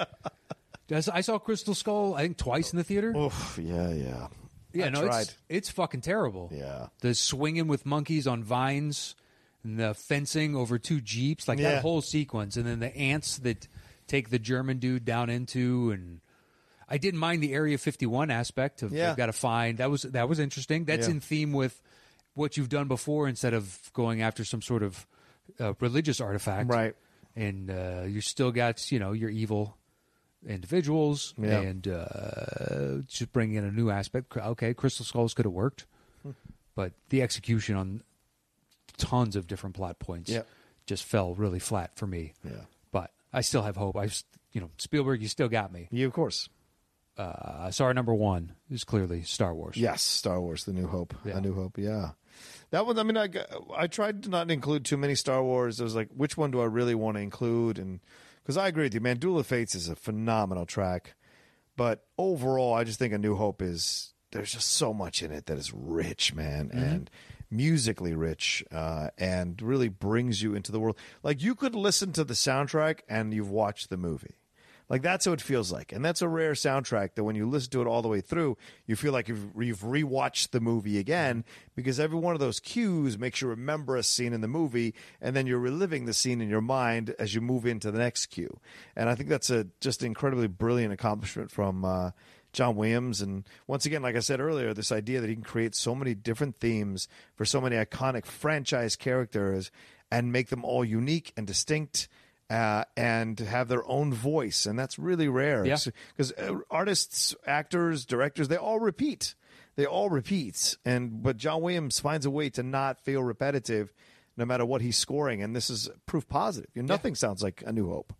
That's- I saw Crystal Skull, I think twice in the theater.
Oof, yeah, yeah.
yeah,
Oh, I
no,
tried.
it's it's fucking terrible.
Yeah.
the swinging with monkeys on vines and the fencing over two jeeps like
Yeah.
that whole sequence and then the ants that take the german dude down into and i didn't mind the area 51 aspect of
Yeah.
they've got to find that was that was interesting that's
Yeah.
in theme with what you've done before instead of going after some sort of uh, religious artifact
Right.
and uh, you still got you know your evil individuals
Yeah.
and uh, just bring in a new aspect. Okay, Crystal Skulls could have worked, but the execution on tons of different plot points
Yeah.
just fell really flat for me.
Yeah.
But I still have hope. I, s- you know, Spielberg, you still got me.
Yeah, of course.
Uh, so our number one is clearly Star Wars.
Yes, Star Wars: The New Hope.
Yeah.
A New Hope. Yeah, that was. I mean, I g- I tried to not include too many Star Wars. I was like, which one do I really want to include? And because I agree with you, man, Duel of Fates is a phenomenal track, but overall, I just think A New Hope is there's just so much in it that is rich, man,
Mm-hmm.
and musically rich, uh, and really brings you into the world. Like you could listen to the soundtrack and you've watched the movie. Like that's how it feels like, and that's a rare soundtrack that when you listen to it all the way through, you feel like you've, you've rewatched the movie again because every one of those cues makes you remember a scene in the movie, and then you're reliving the scene in your mind as you move into the next cue. And I think that's a just incredibly brilliant accomplishment from uh, John Williams. And once again, like I said earlier, this idea that he can create so many different themes for so many iconic franchise characters and make them all unique and distinct uh, and have their own voice, and that's really rare.
Yeah.
because artists, actors, directors, they all repeat. They all repeat, and but John Williams finds a way to not feel repetitive, no matter what he's scoring, and this is proof positive. Nothing sounds like A New Hope.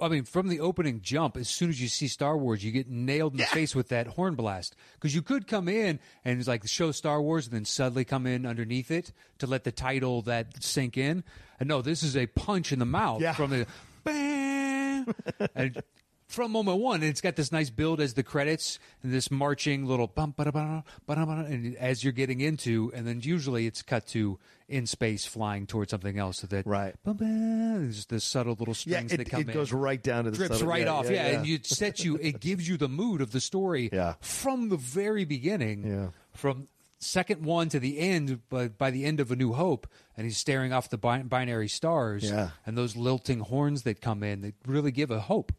I mean, from the opening jump, as soon as you see Star Wars, you get nailed in the face with that horn blast. Because you could come in and like show Star Wars, and then suddenly come in underneath it to let the title that sink in. And no, this is a punch in the mouth
Yeah.
from the bang. and from moment one. And it's got this nice build as the credits and this marching little bum ba ba ba and as you're getting into, and then usually it's cut to in space flying towards something else. So that
Right.
bum, bum, there's the subtle little
Yeah,
strings
it,
that come
it
in.
goes right down to the
drips
subtle-
right off. Yeah, and you set you. It gives you the mood of the story.
Yeah.
from the very beginning.
Yeah.
from second one to the end. But by the end of A New Hope, and he's staring off the bi- binary stars.
Yeah.
and those lilting horns that come in that really give a hope.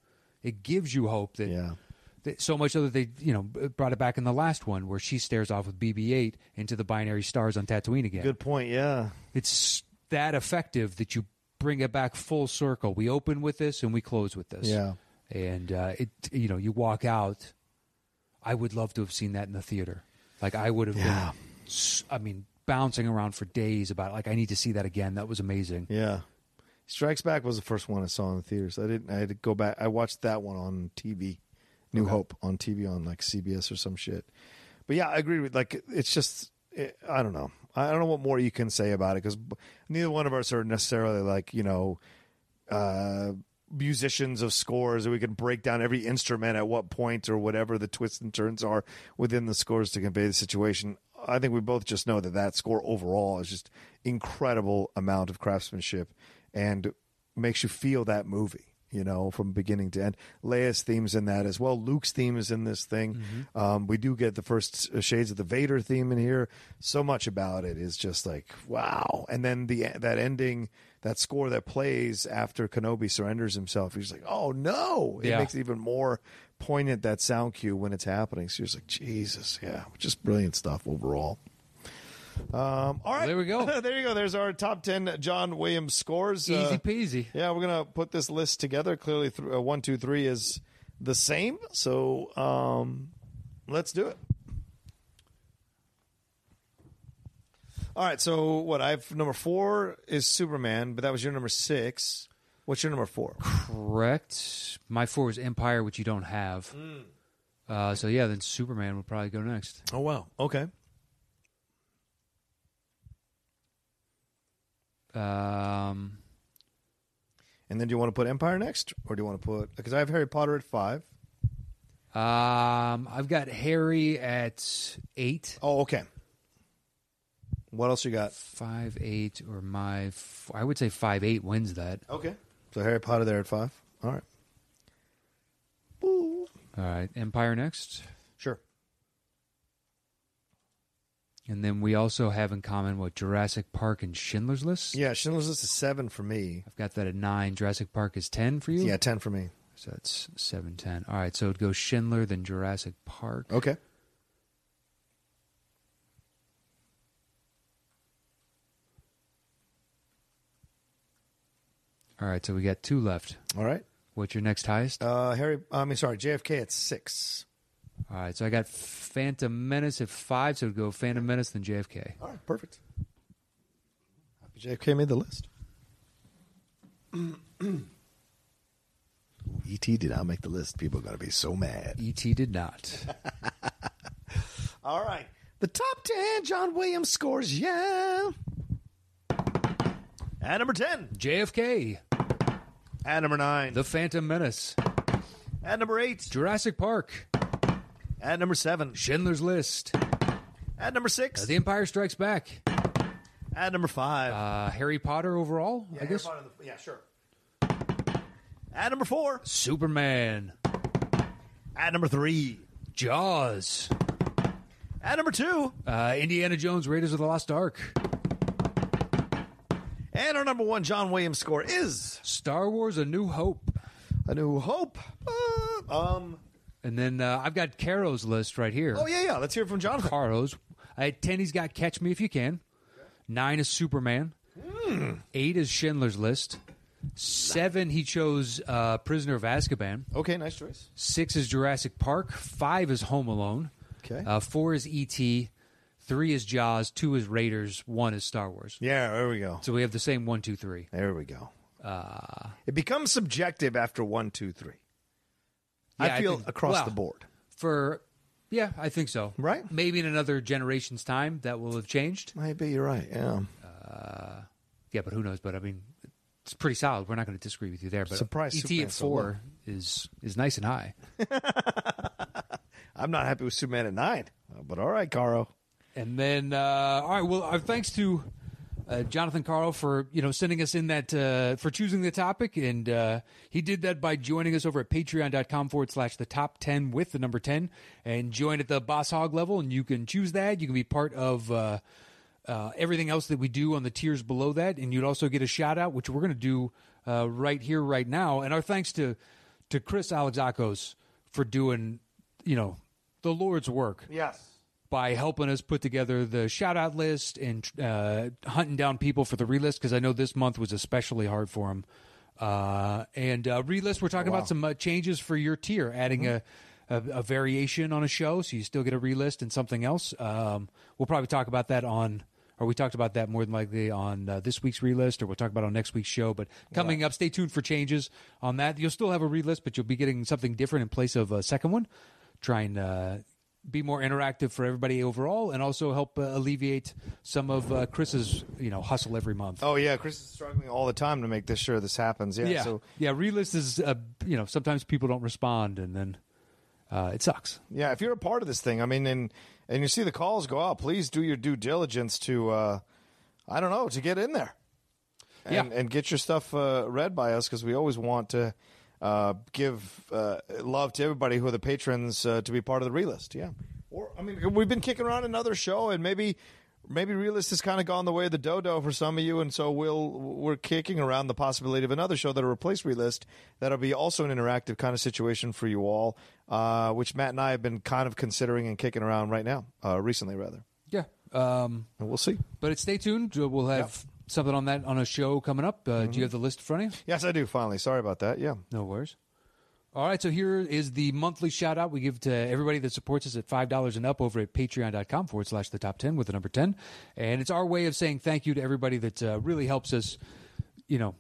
It gives you hope that.
Yeah.
that- So much so that they, you know, brought it back in the last one where she stares off with BB-8 into the binary stars on Tatooine again
Good point. Yeah.
it's that effective that you bring it back full circle. We open with this and we close with this.
Yeah.
And uh, it, you know, you walk out. I would love to have seen that in the theater. Like I would have
Yeah.
been. s- I mean, bouncing around for days about like I need to see that again. That was amazing.
Yeah. Strikes Back was the first one I saw in the theaters. I didn't. I had to go back. I watched that one on TV, New Hope on TV on like CBS or some shit. But yeah, I agree with like it's just it, I don't know. I don't know what more you can say about it because neither one of us are necessarily like you know uh, musicians of scores, and we can break down every instrument at what point or whatever the twists and turns are within the scores to convey the situation. I think we both just know that that score overall is just incredible amount of craftsmanship and makes you feel that movie. You know, from beginning to end, Leia's themes in that as well. Luke's theme is in this thing. Um, we do get the first uh, shades of the Vader theme in here. So much about it is just like wow. And then the that ending that score that plays after Kenobi surrenders himself. He's like, oh no! It
Yeah.
makes it even more poignant that sound cue when it's happening. So you're just like, Jesus, yeah, just brilliant stuff overall. Um, all right,
There we go.
there you go. There's our top ten John Williams scores.
Easy
Uh,
peasy.
yeah, we're gonna put this list together. Clearly, th- uh, one, two, three is the same. So um, let's do it. All right. So what I've number four is Superman, but that was your number six. What's your number four?
Correct. My four is Empire, which you don't have. Uh, so yeah, then Superman would probably go next.
Oh wow. Okay.
Um,
And then do you want to put Empire next, or do you want to put? Because I have Harry Potter at five.
um, I've got Harry at eight.
Oh, okay. What else you got?
five eight or my f- I would say five eight wins that.
Okay. So Harry Potter there at five. All right. Woo.
All right, Empire next,
Sure.
and then we also have in common what Jurassic Park and Schindler's List.
Yeah, Schindler's List is seven for me.
I've got that at nine. Jurassic Park is ten for you.
Yeah, ten for me.
so that's seven ten. All right, so it goes Schindler then Jurassic Park.
Okay.
All right, so we got two left.
All right.
What's your next highest?
Uh, Harry, I mean, sorry, JFK at six.
All right, so I got Phantom Menace at five, so it would go Phantom Menace then JFK.
All right, perfect. Happy JFK made the list. ET E did not make the list. People are going to be so mad.
ET E did not.
All right. The top 10 John Williams scores. Yeah. At number 10.
JFK,
At number 9.
The Phantom Menace,
At number 8.
Jurassic Park,
At number 7.
Schindler's List.
At number 6.
The Empire Strikes Back.
At number 5.
Uh, Harry Potter overall, I guess.
yeah, sure. At number 4.
Superman,
At number 3.
Jaws,
At number 2.
uh, Indiana Jones, Raiders of the Lost Ark,
And our number 1 John Williams score is
Star Wars: A New Hope,
A New Hope. Uh, um
and then uh, I've got Caro's list right here.
Oh yeah, yeah, let's hear it from John.
Caro's. At ten, he's got Catch Me If You Can. Nine is Superman.
Hmm.
Eight is Schindler's List. Seven, he chose uh, Prisoner of Azkaban.
Okay, nice choice.
Six is Jurassic Park. Five is Home Alone.
Okay.
Uh, four is E.T. Three is Jaws. Two is Raiders. One is Star Wars.
Yeah, there we go.
So we have the same one, two, three.
There we go. it becomes subjective after one, two, three.
Yeah,
I feel
think-
across
well,
the board.
For yeah, I think so.
Right?
Maybe in another generation's time that will have changed.
Maybe you're right. Yeah.
Yeah, but who knows? But I mean, it's pretty solid. We're not going to disagree with you there. But
Surprised
ET
Superman's
at
so
four is is nice and high.
I'm not happy with Superman at nine, Uh, but all right, Caro.
And then, uh, all right. Well, uh, thanks to uh, Jonathan Carl for you know sending us in that uh, for choosing the topic, and uh, he did that by joining us over at Patreon.com forward slash the top ten with the number ten, and join at the Boss Hog level, and you can choose that. You can be part of. Uh, uh, everything else that we do on the tiers below that, and you'd also get a shout out, which we're going to do uh, right here, right now. And our thanks to to Chris Alexakos for doing, you know, the Lord's work
Yes.
by helping us put together the shout out list and uh, hunting down people for the relist because I know this month was especially hard for him. Uh, and uh, relist, we're talking about some uh, changes for your tier, adding a, a a variation on a show, so you still get a relist and something else. Um, we'll probably talk about that on. Or we talked about that more than likely on uh, this week's relist, or we'll talk about it on next week's show. But coming up, stay tuned for changes on that. You'll still have a relist, but you'll be getting something different in place of a second one. Try and uh, be more interactive for everybody overall and also help uh, alleviate some of uh, Chris's, you know, hustle every month.
Oh yeah, Chris is struggling all the time to make this sure this happens. Yeah.
yeah.
So
yeah, relist is uh, you know, sometimes people don't respond and then uh, it sucks.
yeah, if you're a part of this thing, I mean, and and you see the calls go out, please do your due diligence to, uh, I don't know, to get in there, and
Yeah.
and get your stuff uh, read by us because we always want to uh, give uh, love to everybody who are the patrons uh, to be part of the relist. Yeah. Or I mean, we've been kicking around another show, and maybe. Maybe realist has kind of gone the way of the dodo for some of you, and so we'll we're kicking around the possibility of another show that'll replace realist. That'll be also an interactive kind of situation for you all, uh, which Matt and I have been kind of considering and kicking around right now, uh, recently rather,
Yeah. Um,
and we'll see.
but it's stay tuned. Uh, We'll have something on that on a show coming up. Uh,
Mm-hmm.
Do you have the list in front of you?
Yes, I do. Finally, sorry about that. Yeah.
No worries. All right, so here is the monthly shout out we give to everybody that supports us at $5 and up over at patreon.com forward slash the top 10 with the number 10. And it's our way of saying thank you to everybody that uh, really helps us. You know,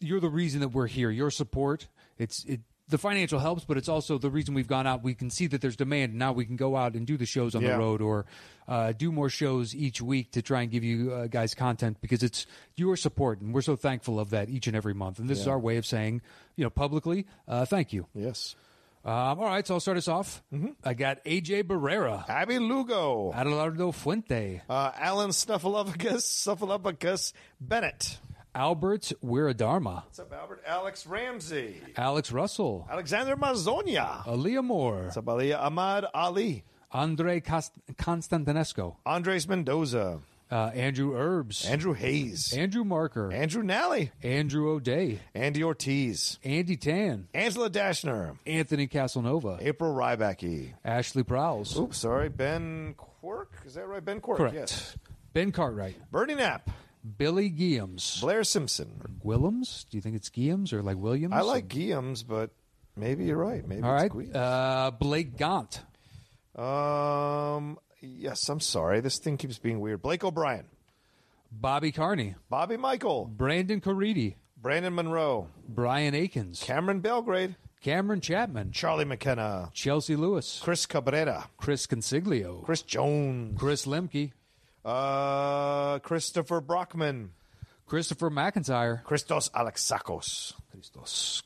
you're the reason that we're here, your support. It's it, the financial helps, but it's also the reason we've gone out. We can see that there's demand. Now we can go out and do the shows on
Yeah.
the road or uh, do more shows each week to try and give you uh, guys content because it's your support. And we're so thankful of that each and every month. And this is our way of saying, you know, publicly, uh, thank you.
Yes.
Um, all right, so I'll start us off.
Mm-hmm.
I got AJ Barrera,
Abby Lugo,
Adelardo Fuente,
uh, Alan Snuffleupagus, Snuffleupagus Bennett.
Albert Wiradharma,
What's up, Albert? Alex Ramsey,
Alex Russell,
Alexander Mazonia.
Aaliyah Moore,
What's up, Ali? Ahmad Ali,
Andre Cast- Constantinesco,
Andres Mendoza,
uh, Andrew Herbs,
Andrew Hayes,
Andrew Marker,
Andrew Nally,
Andrew O'Day,
Andy Ortiz,
Andy Tan,
Angela Dashner,
Anthony Casanova,
April Rybacky.
Ashley Prowse,
Oops, sorry, Ben Quirk. Is that right? Ben Quirk.
correct.
Yes.
Ben Cartwright,
Bernie Knapp,
Billy Guillams,
Blair Simpson.
Willems. Do you think it's Guillams or like Williams?
I like Guillaume's, but maybe you're right. Maybe
All
it's
right,
Gui-
uh, Blake Gaunt,
Um. Yes, I'm sorry. This thing keeps being weird. Blake O'Brien,
Bobby Carney,
Bobby Michael,
Brandon Caridi.
Brandon Monroe,
Brian Akins,
Cameron Belgrade,
Cameron Chapman,
Charlie McKenna,
Chelsea Lewis,
Chris Cabrera,
Chris Consiglio,
Chris Jones,
Chris Lemke,
uh, Christopher Brockman,
Christopher McIntyre,
Christos Alexakos,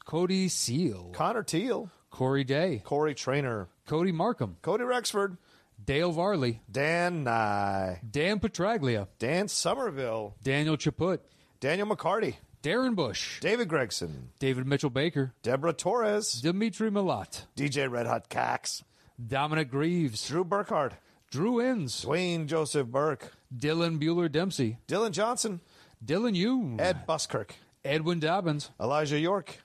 Cody Seal,
Connor Teal,
Corey Day,
Corey Trainer,
Cody Markham,
Cody Rexford,
Dale Varley,
Dan Nye,
Dan Petraglia,
Dan Somerville,
Daniel Chaput,
Daniel McCarty,
Darren Bush,
David Gregson,
David Mitchell Baker,
Deborah Torres,
Dimitri Milat,
DJ Red Hot Cox,
Dominic Greaves,
Drew Burkhardt,
Drew Inns,
Dwayne Joseph Burke,
Dylan Bueller Dempsey,
Dylan Johnson,
Dylan Hume,
Ed Buskirk,
Edwin Dobbins,
Elijah York,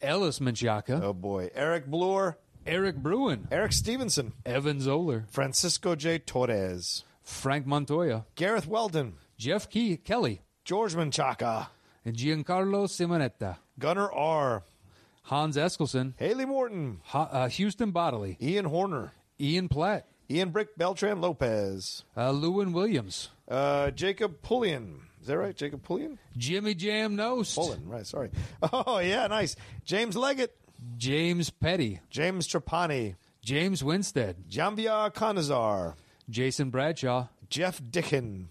Ellis Menchaca,
oh boy, Eric Bloor,
Eric Bruin,
Eric Stevenson,
Evan Zoller,
Francisco J. Torres,
Frank Montoya,
Gareth Weldon,
Jeff Key, Kelly,
George Menchaca,
and Giancarlo Simonetta,
Gunnar R.,
Hans Eskelson,
Haley Morton,
Ho- uh, Houston Bodley,
Ian Horner,
Ian Platt,
Ian Brick Beltran Lopez,
uh, Lewin Williams,
uh, Jacob Pullian. Is that right? Jacob Pullian?
Jimmy Jam Nost,
Pullian, right, sorry. Oh, yeah, nice. James Leggett,
James Petty,
James Trapani,
James Winstead,
Jambia Kanazar,
Jason Bradshaw,
Jeff Dickin,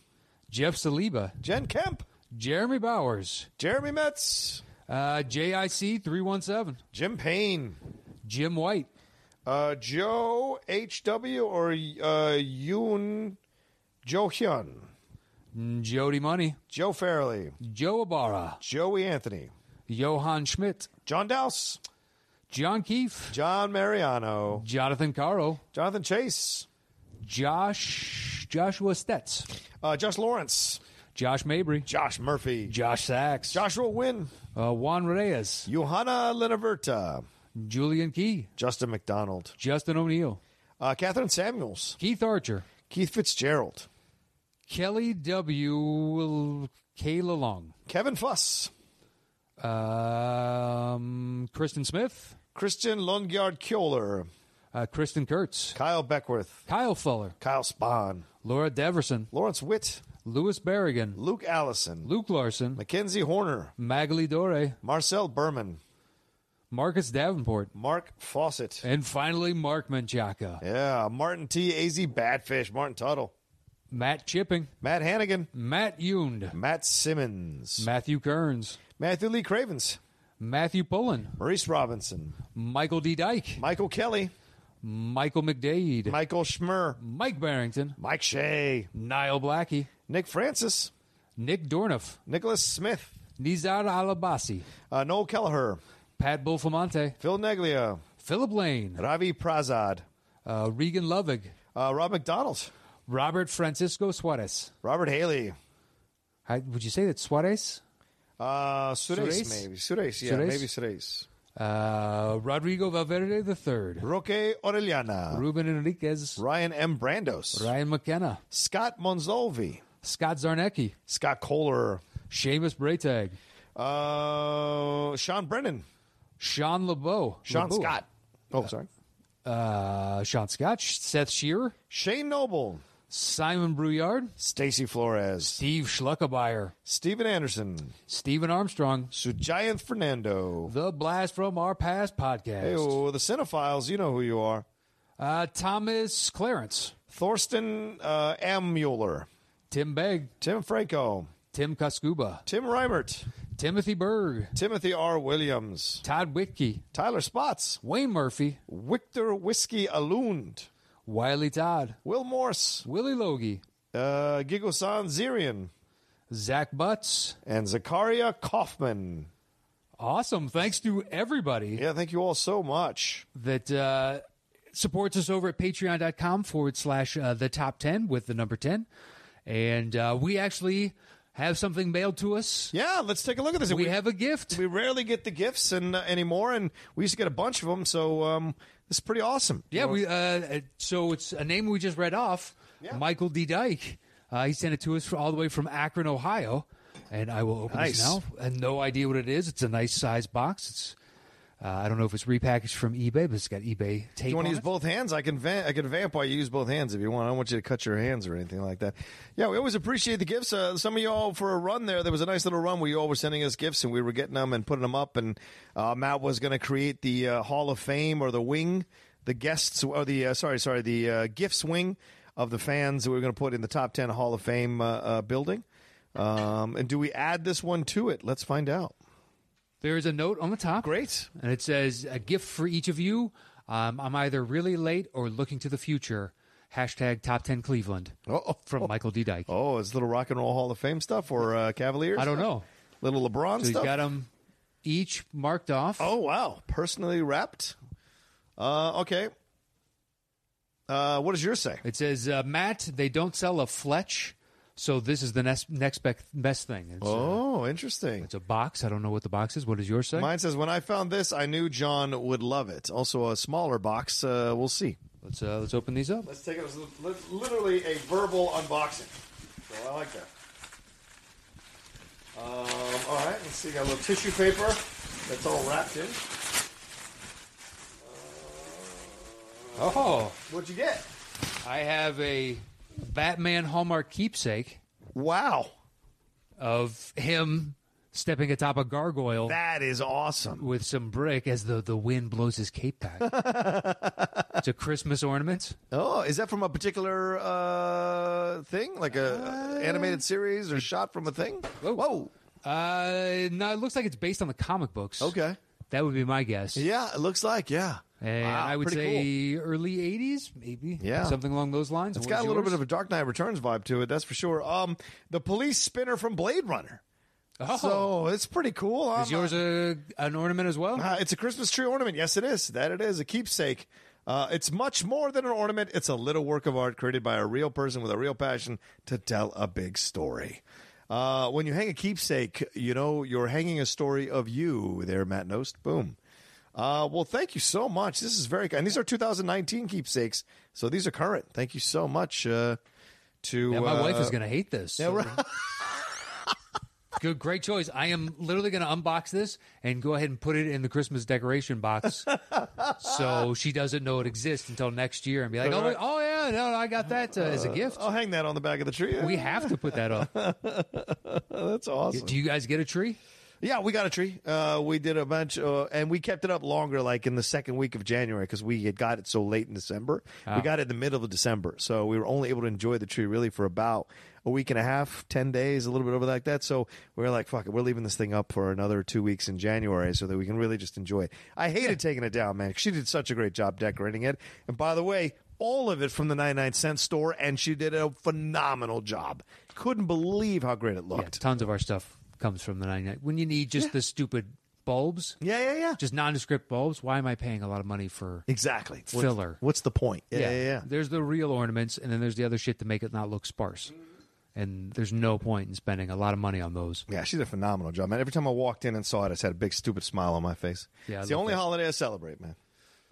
Jeff Saliba,
Jen Kemp,
Jeremy Bowers,
Jeremy Metz,
uh, JIC three one seven,
Jim Payne,
Jim White,
uh, Joe H.W. or uh, Yoon Jo Hyun,
mm, Jody Money,
Joe Fairley,
Joe Ibarra,
Joey Anthony,
Johan Schmidt,
John Douse,
John Keefe,
John Mariano,
Jonathan Caro,
Jonathan Chase,
Josh Joshua Stetz,
uh, Josh Lawrence,
Josh Mabry,
Josh Murphy,
Josh Sachs,
Joshua Wynn,
uh, Juan Reyes,
Johanna Linaverta,
Julian Key,
Justin McDonald,
Justin O'Neill,
uh, Catherine Samuels,
Keith Archer,
Keith Fitzgerald,
Kelly W. Kayla Long,
Kevin Fuss,
um, Kristen Smith,
Christian Longard Kjoler,
uh, Kristen Kurtz,
Kyle Beckworth,
Kyle Fuller,
Kyle Spahn,
Laura Deverson,
Lawrence Witt,
Louis Berrigan,
Luke Allison,
Luke Larson,
Mackenzie Horner,
Magali Dore,
Marcel Berman,
Marcus Davenport,
Mark Fawcett.
and finally Mark Menchaca,
Yeah, Martin T. AZ Badfish, Martin Tuttle,
Matt Chipping,
Matt Hannigan,
Matt Yund,
Matt Simmons,
Matthew Kearns,
Matthew Lee Cravens,
Matthew Pullen,
Maurice Robinson,
Michael D. Dyke,
Michael Kelly,
Michael McDade,
Michael Schmer,
Mike Barrington,
Mike Shea,
Niall Blackie,
Nick Francis,
Nick Dorniff,
Nicholas Smith,
Nizar Alabasi,
uh, Noel Kelleher,
Pat Bulfamonte,
Phil Neglia,
Philip Lane,
Ravi Prazad,
uh, Regan Lovig,
uh, Rob McDonald,
Robert Francisco Suarez.
Robert Haley,
How, would you say that Suarez?
uh, Sureis,
Sureis?
maybe. Sureis, yeah,
Sureis?
maybe Sureis.
Uh, Rodrigo Valverde III,
Roque Orellana,
Ruben Enriquez,
Ryan M. Brandos,
Ryan McKenna,
Scott Monzolvi,
Scott Zarnecki,
Scott Kohler,
Seamus Braytag,
uh, Sean Brennan,
Sean LeBeau,
Sean
LeBeau,
Scott. Oh, sorry.
uh, Sean Scott, Seth Shearer,
Shane Noble,
Simon Brouillard,
Stacy Flores,
Steve Schluckabier,
Stephen Anderson,
Stephen Armstrong,
Sujayanth Fernando.
The Blast from Our Past podcast,
Hey, oh, the cinephiles, you know who you are.
uh, Thomas Clarence,
Thorsten uh, M. Mueller,
Tim Begg,
Tim Franco,
Tim Kaskuba,
Tim Reimert,
Timothy Berg,
Timothy R. Williams,
Todd Whitke,
Tyler Spots,
Wayne Murphy,
Victor Whiskey Alund,
Wiley Todd,
Will Morse,
Willie Logie,
uh, Gigosan Zirian,
Zach Butts.
and Zakaria Kaufman.
Awesome. Thanks to everybody
Yeah, thank you all so much.
that uh, supports us over at patreon.com forward slash uh, the top 10 with the number 10. And uh, we actually have something mailed to us.
Yeah, let's take a look at this.
We have a gift.
we rarely get the gifts and uh, anymore, and we used to get a bunch of them. So um, it's pretty awesome.
Yeah, we. Uh, so it's a name we just read off. Michael D. Dyke. Uh, he sent it to us for, all the way from Akron, Ohio, and I will open
Nice.
this now. And no idea what it is. It's a nice size box. It's. Uh, I don't know if it's repackaged from eBay, but it's got eBay tape.
If you want
on
to use
it.
both hands? I can van- I can vamp while you use both hands if you want. I don't want you to cut your hands or anything like that. Yeah, we always appreciate the gifts. Uh, some of y'all for a run there, there was a nice little run where you all were sending us gifts and we were getting them and putting them up. And uh, Matt was going to create the uh, Hall of Fame or the wing, the guests or the uh, sorry sorry the uh, gifts wing of the fans that we were going to put in the top ten Hall of Fame uh, uh, building. Um, and do we add this one to it? Let's find out.
There is a note on the top.
Great.
And it says, a gift for each of you. Um, I'm either really late or looking to the future. Hashtag top 10 Cleveland
Oh,
from Michael D. Dyke.
oh, it's little Rock and Roll Hall of Fame stuff or uh, Cavaliers?
I don't know.
Little LeBron
So he's
stuff.
got them each marked off.
Oh wow, personally wrapped. Uh, okay. Uh, what does yours say?
It says, uh, Matt, they don't sell a Fletch, so this is the next, next bec- best thing. It's, uh,
Oh, interesting.
it's a box. I don't know what the box is. What does yours say?
Mine says, "When I found this, I knew John would love it." Also, a smaller box. Uh, we'll see.
let's, uh, let's open these up.
Let's take it. Literally a verbal unboxing. So I like that. Um, all right. Let's see. Got a little tissue paper that's all wrapped in.
Oh,
What'd you get?
I have a Batman Hallmark keepsake
Wow,
of him stepping atop a gargoyle.
that is awesome.
with some brick as the, the wind blows his cape back. lots of Christmas ornaments.
Oh, is that from a particular uh, thing, like a animated series or shot from a thing? Uh, Whoa.
Uh, no, it looks like it's based on the comic books.
Okay.
That would be my guess.
Yeah, it looks like yeah.
And
Wow,
I would
pretty cool.
say early 80s, maybe.
Yeah.
Something along those lines.
It's got a little bit of a Dark Knight Returns vibe to it, that's for sure. Um, the police spinner from Blade Runner.
Oh.
So it's pretty cool. I'm,
Is yours a, an ornament as well?
uh, it's a Christmas tree ornament. Yes, it is. That it is. A keepsake. Uh, it's much more than an ornament. It's a little work of art created by a real person with a real passion to tell a big story. Uh, when you hang a keepsake, you know you're hanging a story of you there, Matt Nost. Boom. Uh, well, thank you so much. This is very and these are 2019 keepsakes, so these are current. Thank you so much uh, to
Yeah, my
uh,
wife is going to hate this.
yeah, right.
Good, great choice. I am literally going to unbox this and go ahead and put it in the Christmas decoration box, so she doesn't know it exists until next year, and be like, "Oh,
Alright.
oh yeah, no, I got that uh, as a gift."
I'll hang that on the back of the tree.
We have to put that up.
That's awesome.
Do you guys get a tree?
Yeah, we got a tree. Uh, we did a bunch, uh, and we kept it up longer, like in the second week of January, because we had got it so late in December. We got it in the middle of December, so we were only able to enjoy the tree really for about a week and a half, ten days, a little bit over like that. So we were like, "Fuck it, we're leaving this thing up for another two weeks in January, so that we can really just enjoy it." I hated taking it down, man. 'cause She did such a great job decorating it, and by the way. All of it from the 99 cent store, and she did a phenomenal job. Couldn't believe how great it
Yeah,
looked.
tons of our stuff comes from the 99. When you need just the stupid bulbs,
Yeah, yeah, yeah.
just nondescript bulbs, why am I paying a lot of money for?
Exactly. What's-
Filler.
What's, the point? Yeah, yeah, yeah.
There's the real ornaments, and then there's the other shit to make it not look sparse. And there's no point in spending a lot of money on those.
Yeah, she did a phenomenal job, man. Every time I walked in and saw it, I just had a big stupid smile on my face.
Yeah, I
it's the
love
only
that.
holiday I celebrate, man.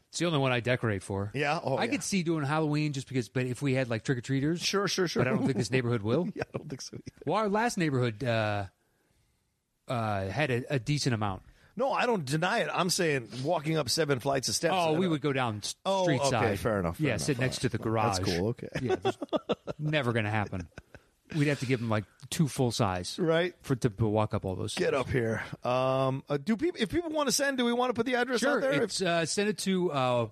It's the only one I decorate for.
Yeah, oh,
I
yeah.
could see doing Halloween just because, but if we had like trick or treaters,
Sure, sure, sure.
But I don't think this neighborhood will.
yeah, I don't think so. Either.
Well, our last neighborhood uh, uh, had a, a decent amount.
No, I don't deny it. I'm saying walking up seven flights of steps.
Oh,
I
we
don't-
would go down s-
Oh,
street
okay,
side.
fair enough, fair
yeah,
enough,
sit
fair
next to the garage.
That's cool. Okay,
Yeah, just never gonna happen. We'd have to give them like two full size
right.
for to walk up all those.
Get up here. Um, uh, do people? If people want to send, do we want to put the address
Sure.
out there?
It's, uh, send it to uh,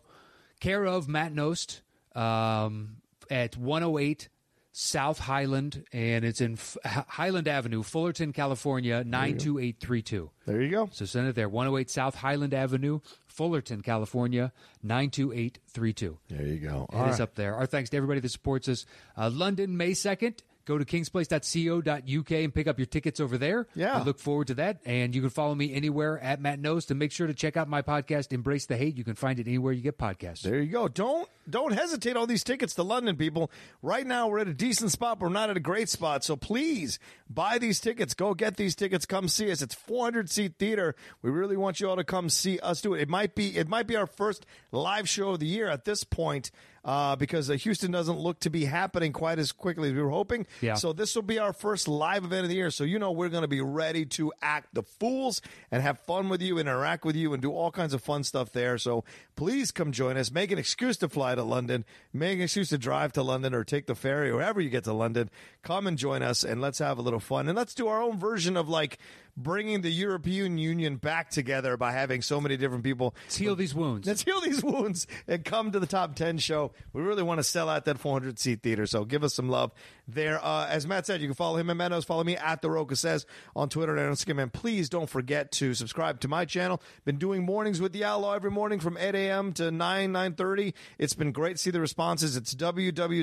care of Matt Nost um, at 108 South Highland, and it's in F- H- Highland Avenue, Fullerton, California, 92832.
there you go.
So send it there, 108 South Highland Avenue, Fullerton, California, 92832.
There you go.
It is
All right.
up there. Our thanks to everybody that supports us. Uh, London, May 2nd. Go to kingsplace.co.uk and pick up your tickets over there.
Yeah.
I look forward to that. And you can follow me anywhere at Matt Knows to make sure to check out my podcast, Embrace the Hate. You can find it anywhere you get podcasts.
There you go. Don't don't hesitate on these tickets to London, people. Right now we're at a decent spot, but we're not at a great spot. So please buy these tickets. Go get these tickets. Come see us. It's 400 seat theater. We really want you all to come see us do it. It might be it might be our first live show of the year at this point. Uh, because uh, Houston doesn't look to be happening quite as quickly as we were hoping.
Yeah.
So this will be our first live event of the year. So you know we're going to be ready to act the fools and have fun with you, interact with you, and do all kinds of fun stuff there. So please come join us. Make an excuse to fly to London. Make an excuse to drive to London or take the ferry or wherever you get to London. Come and join us and let's have a little fun and let's do our own version of like bringing the European Union back together by having so many different people
Let's heal these wounds.
Let's heal these wounds and come to the top 10 show. We really want to sell out that 400 seat theater, so give us some love there. Uh, as Matt said, you can follow him at Matt Knows. Follow me at The Roca Says on Twitter and Instagram. And please don't forget to subscribe to my channel. Been doing mornings with The Outlaw every morning from 8 a.m. to 9, 9.30. It's been great to see the responses. It's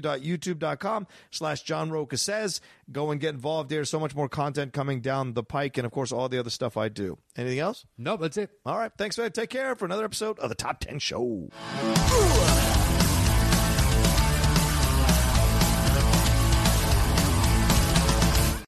www.youtube.com slash John Roca Says. Go and get involved there. So much more content coming down the pike and, of course, all the other stuff I do. Anything else?
nope, that's it.
All right. Thanks, man. Take care for another episode of the Top 10 Show.
Ooh.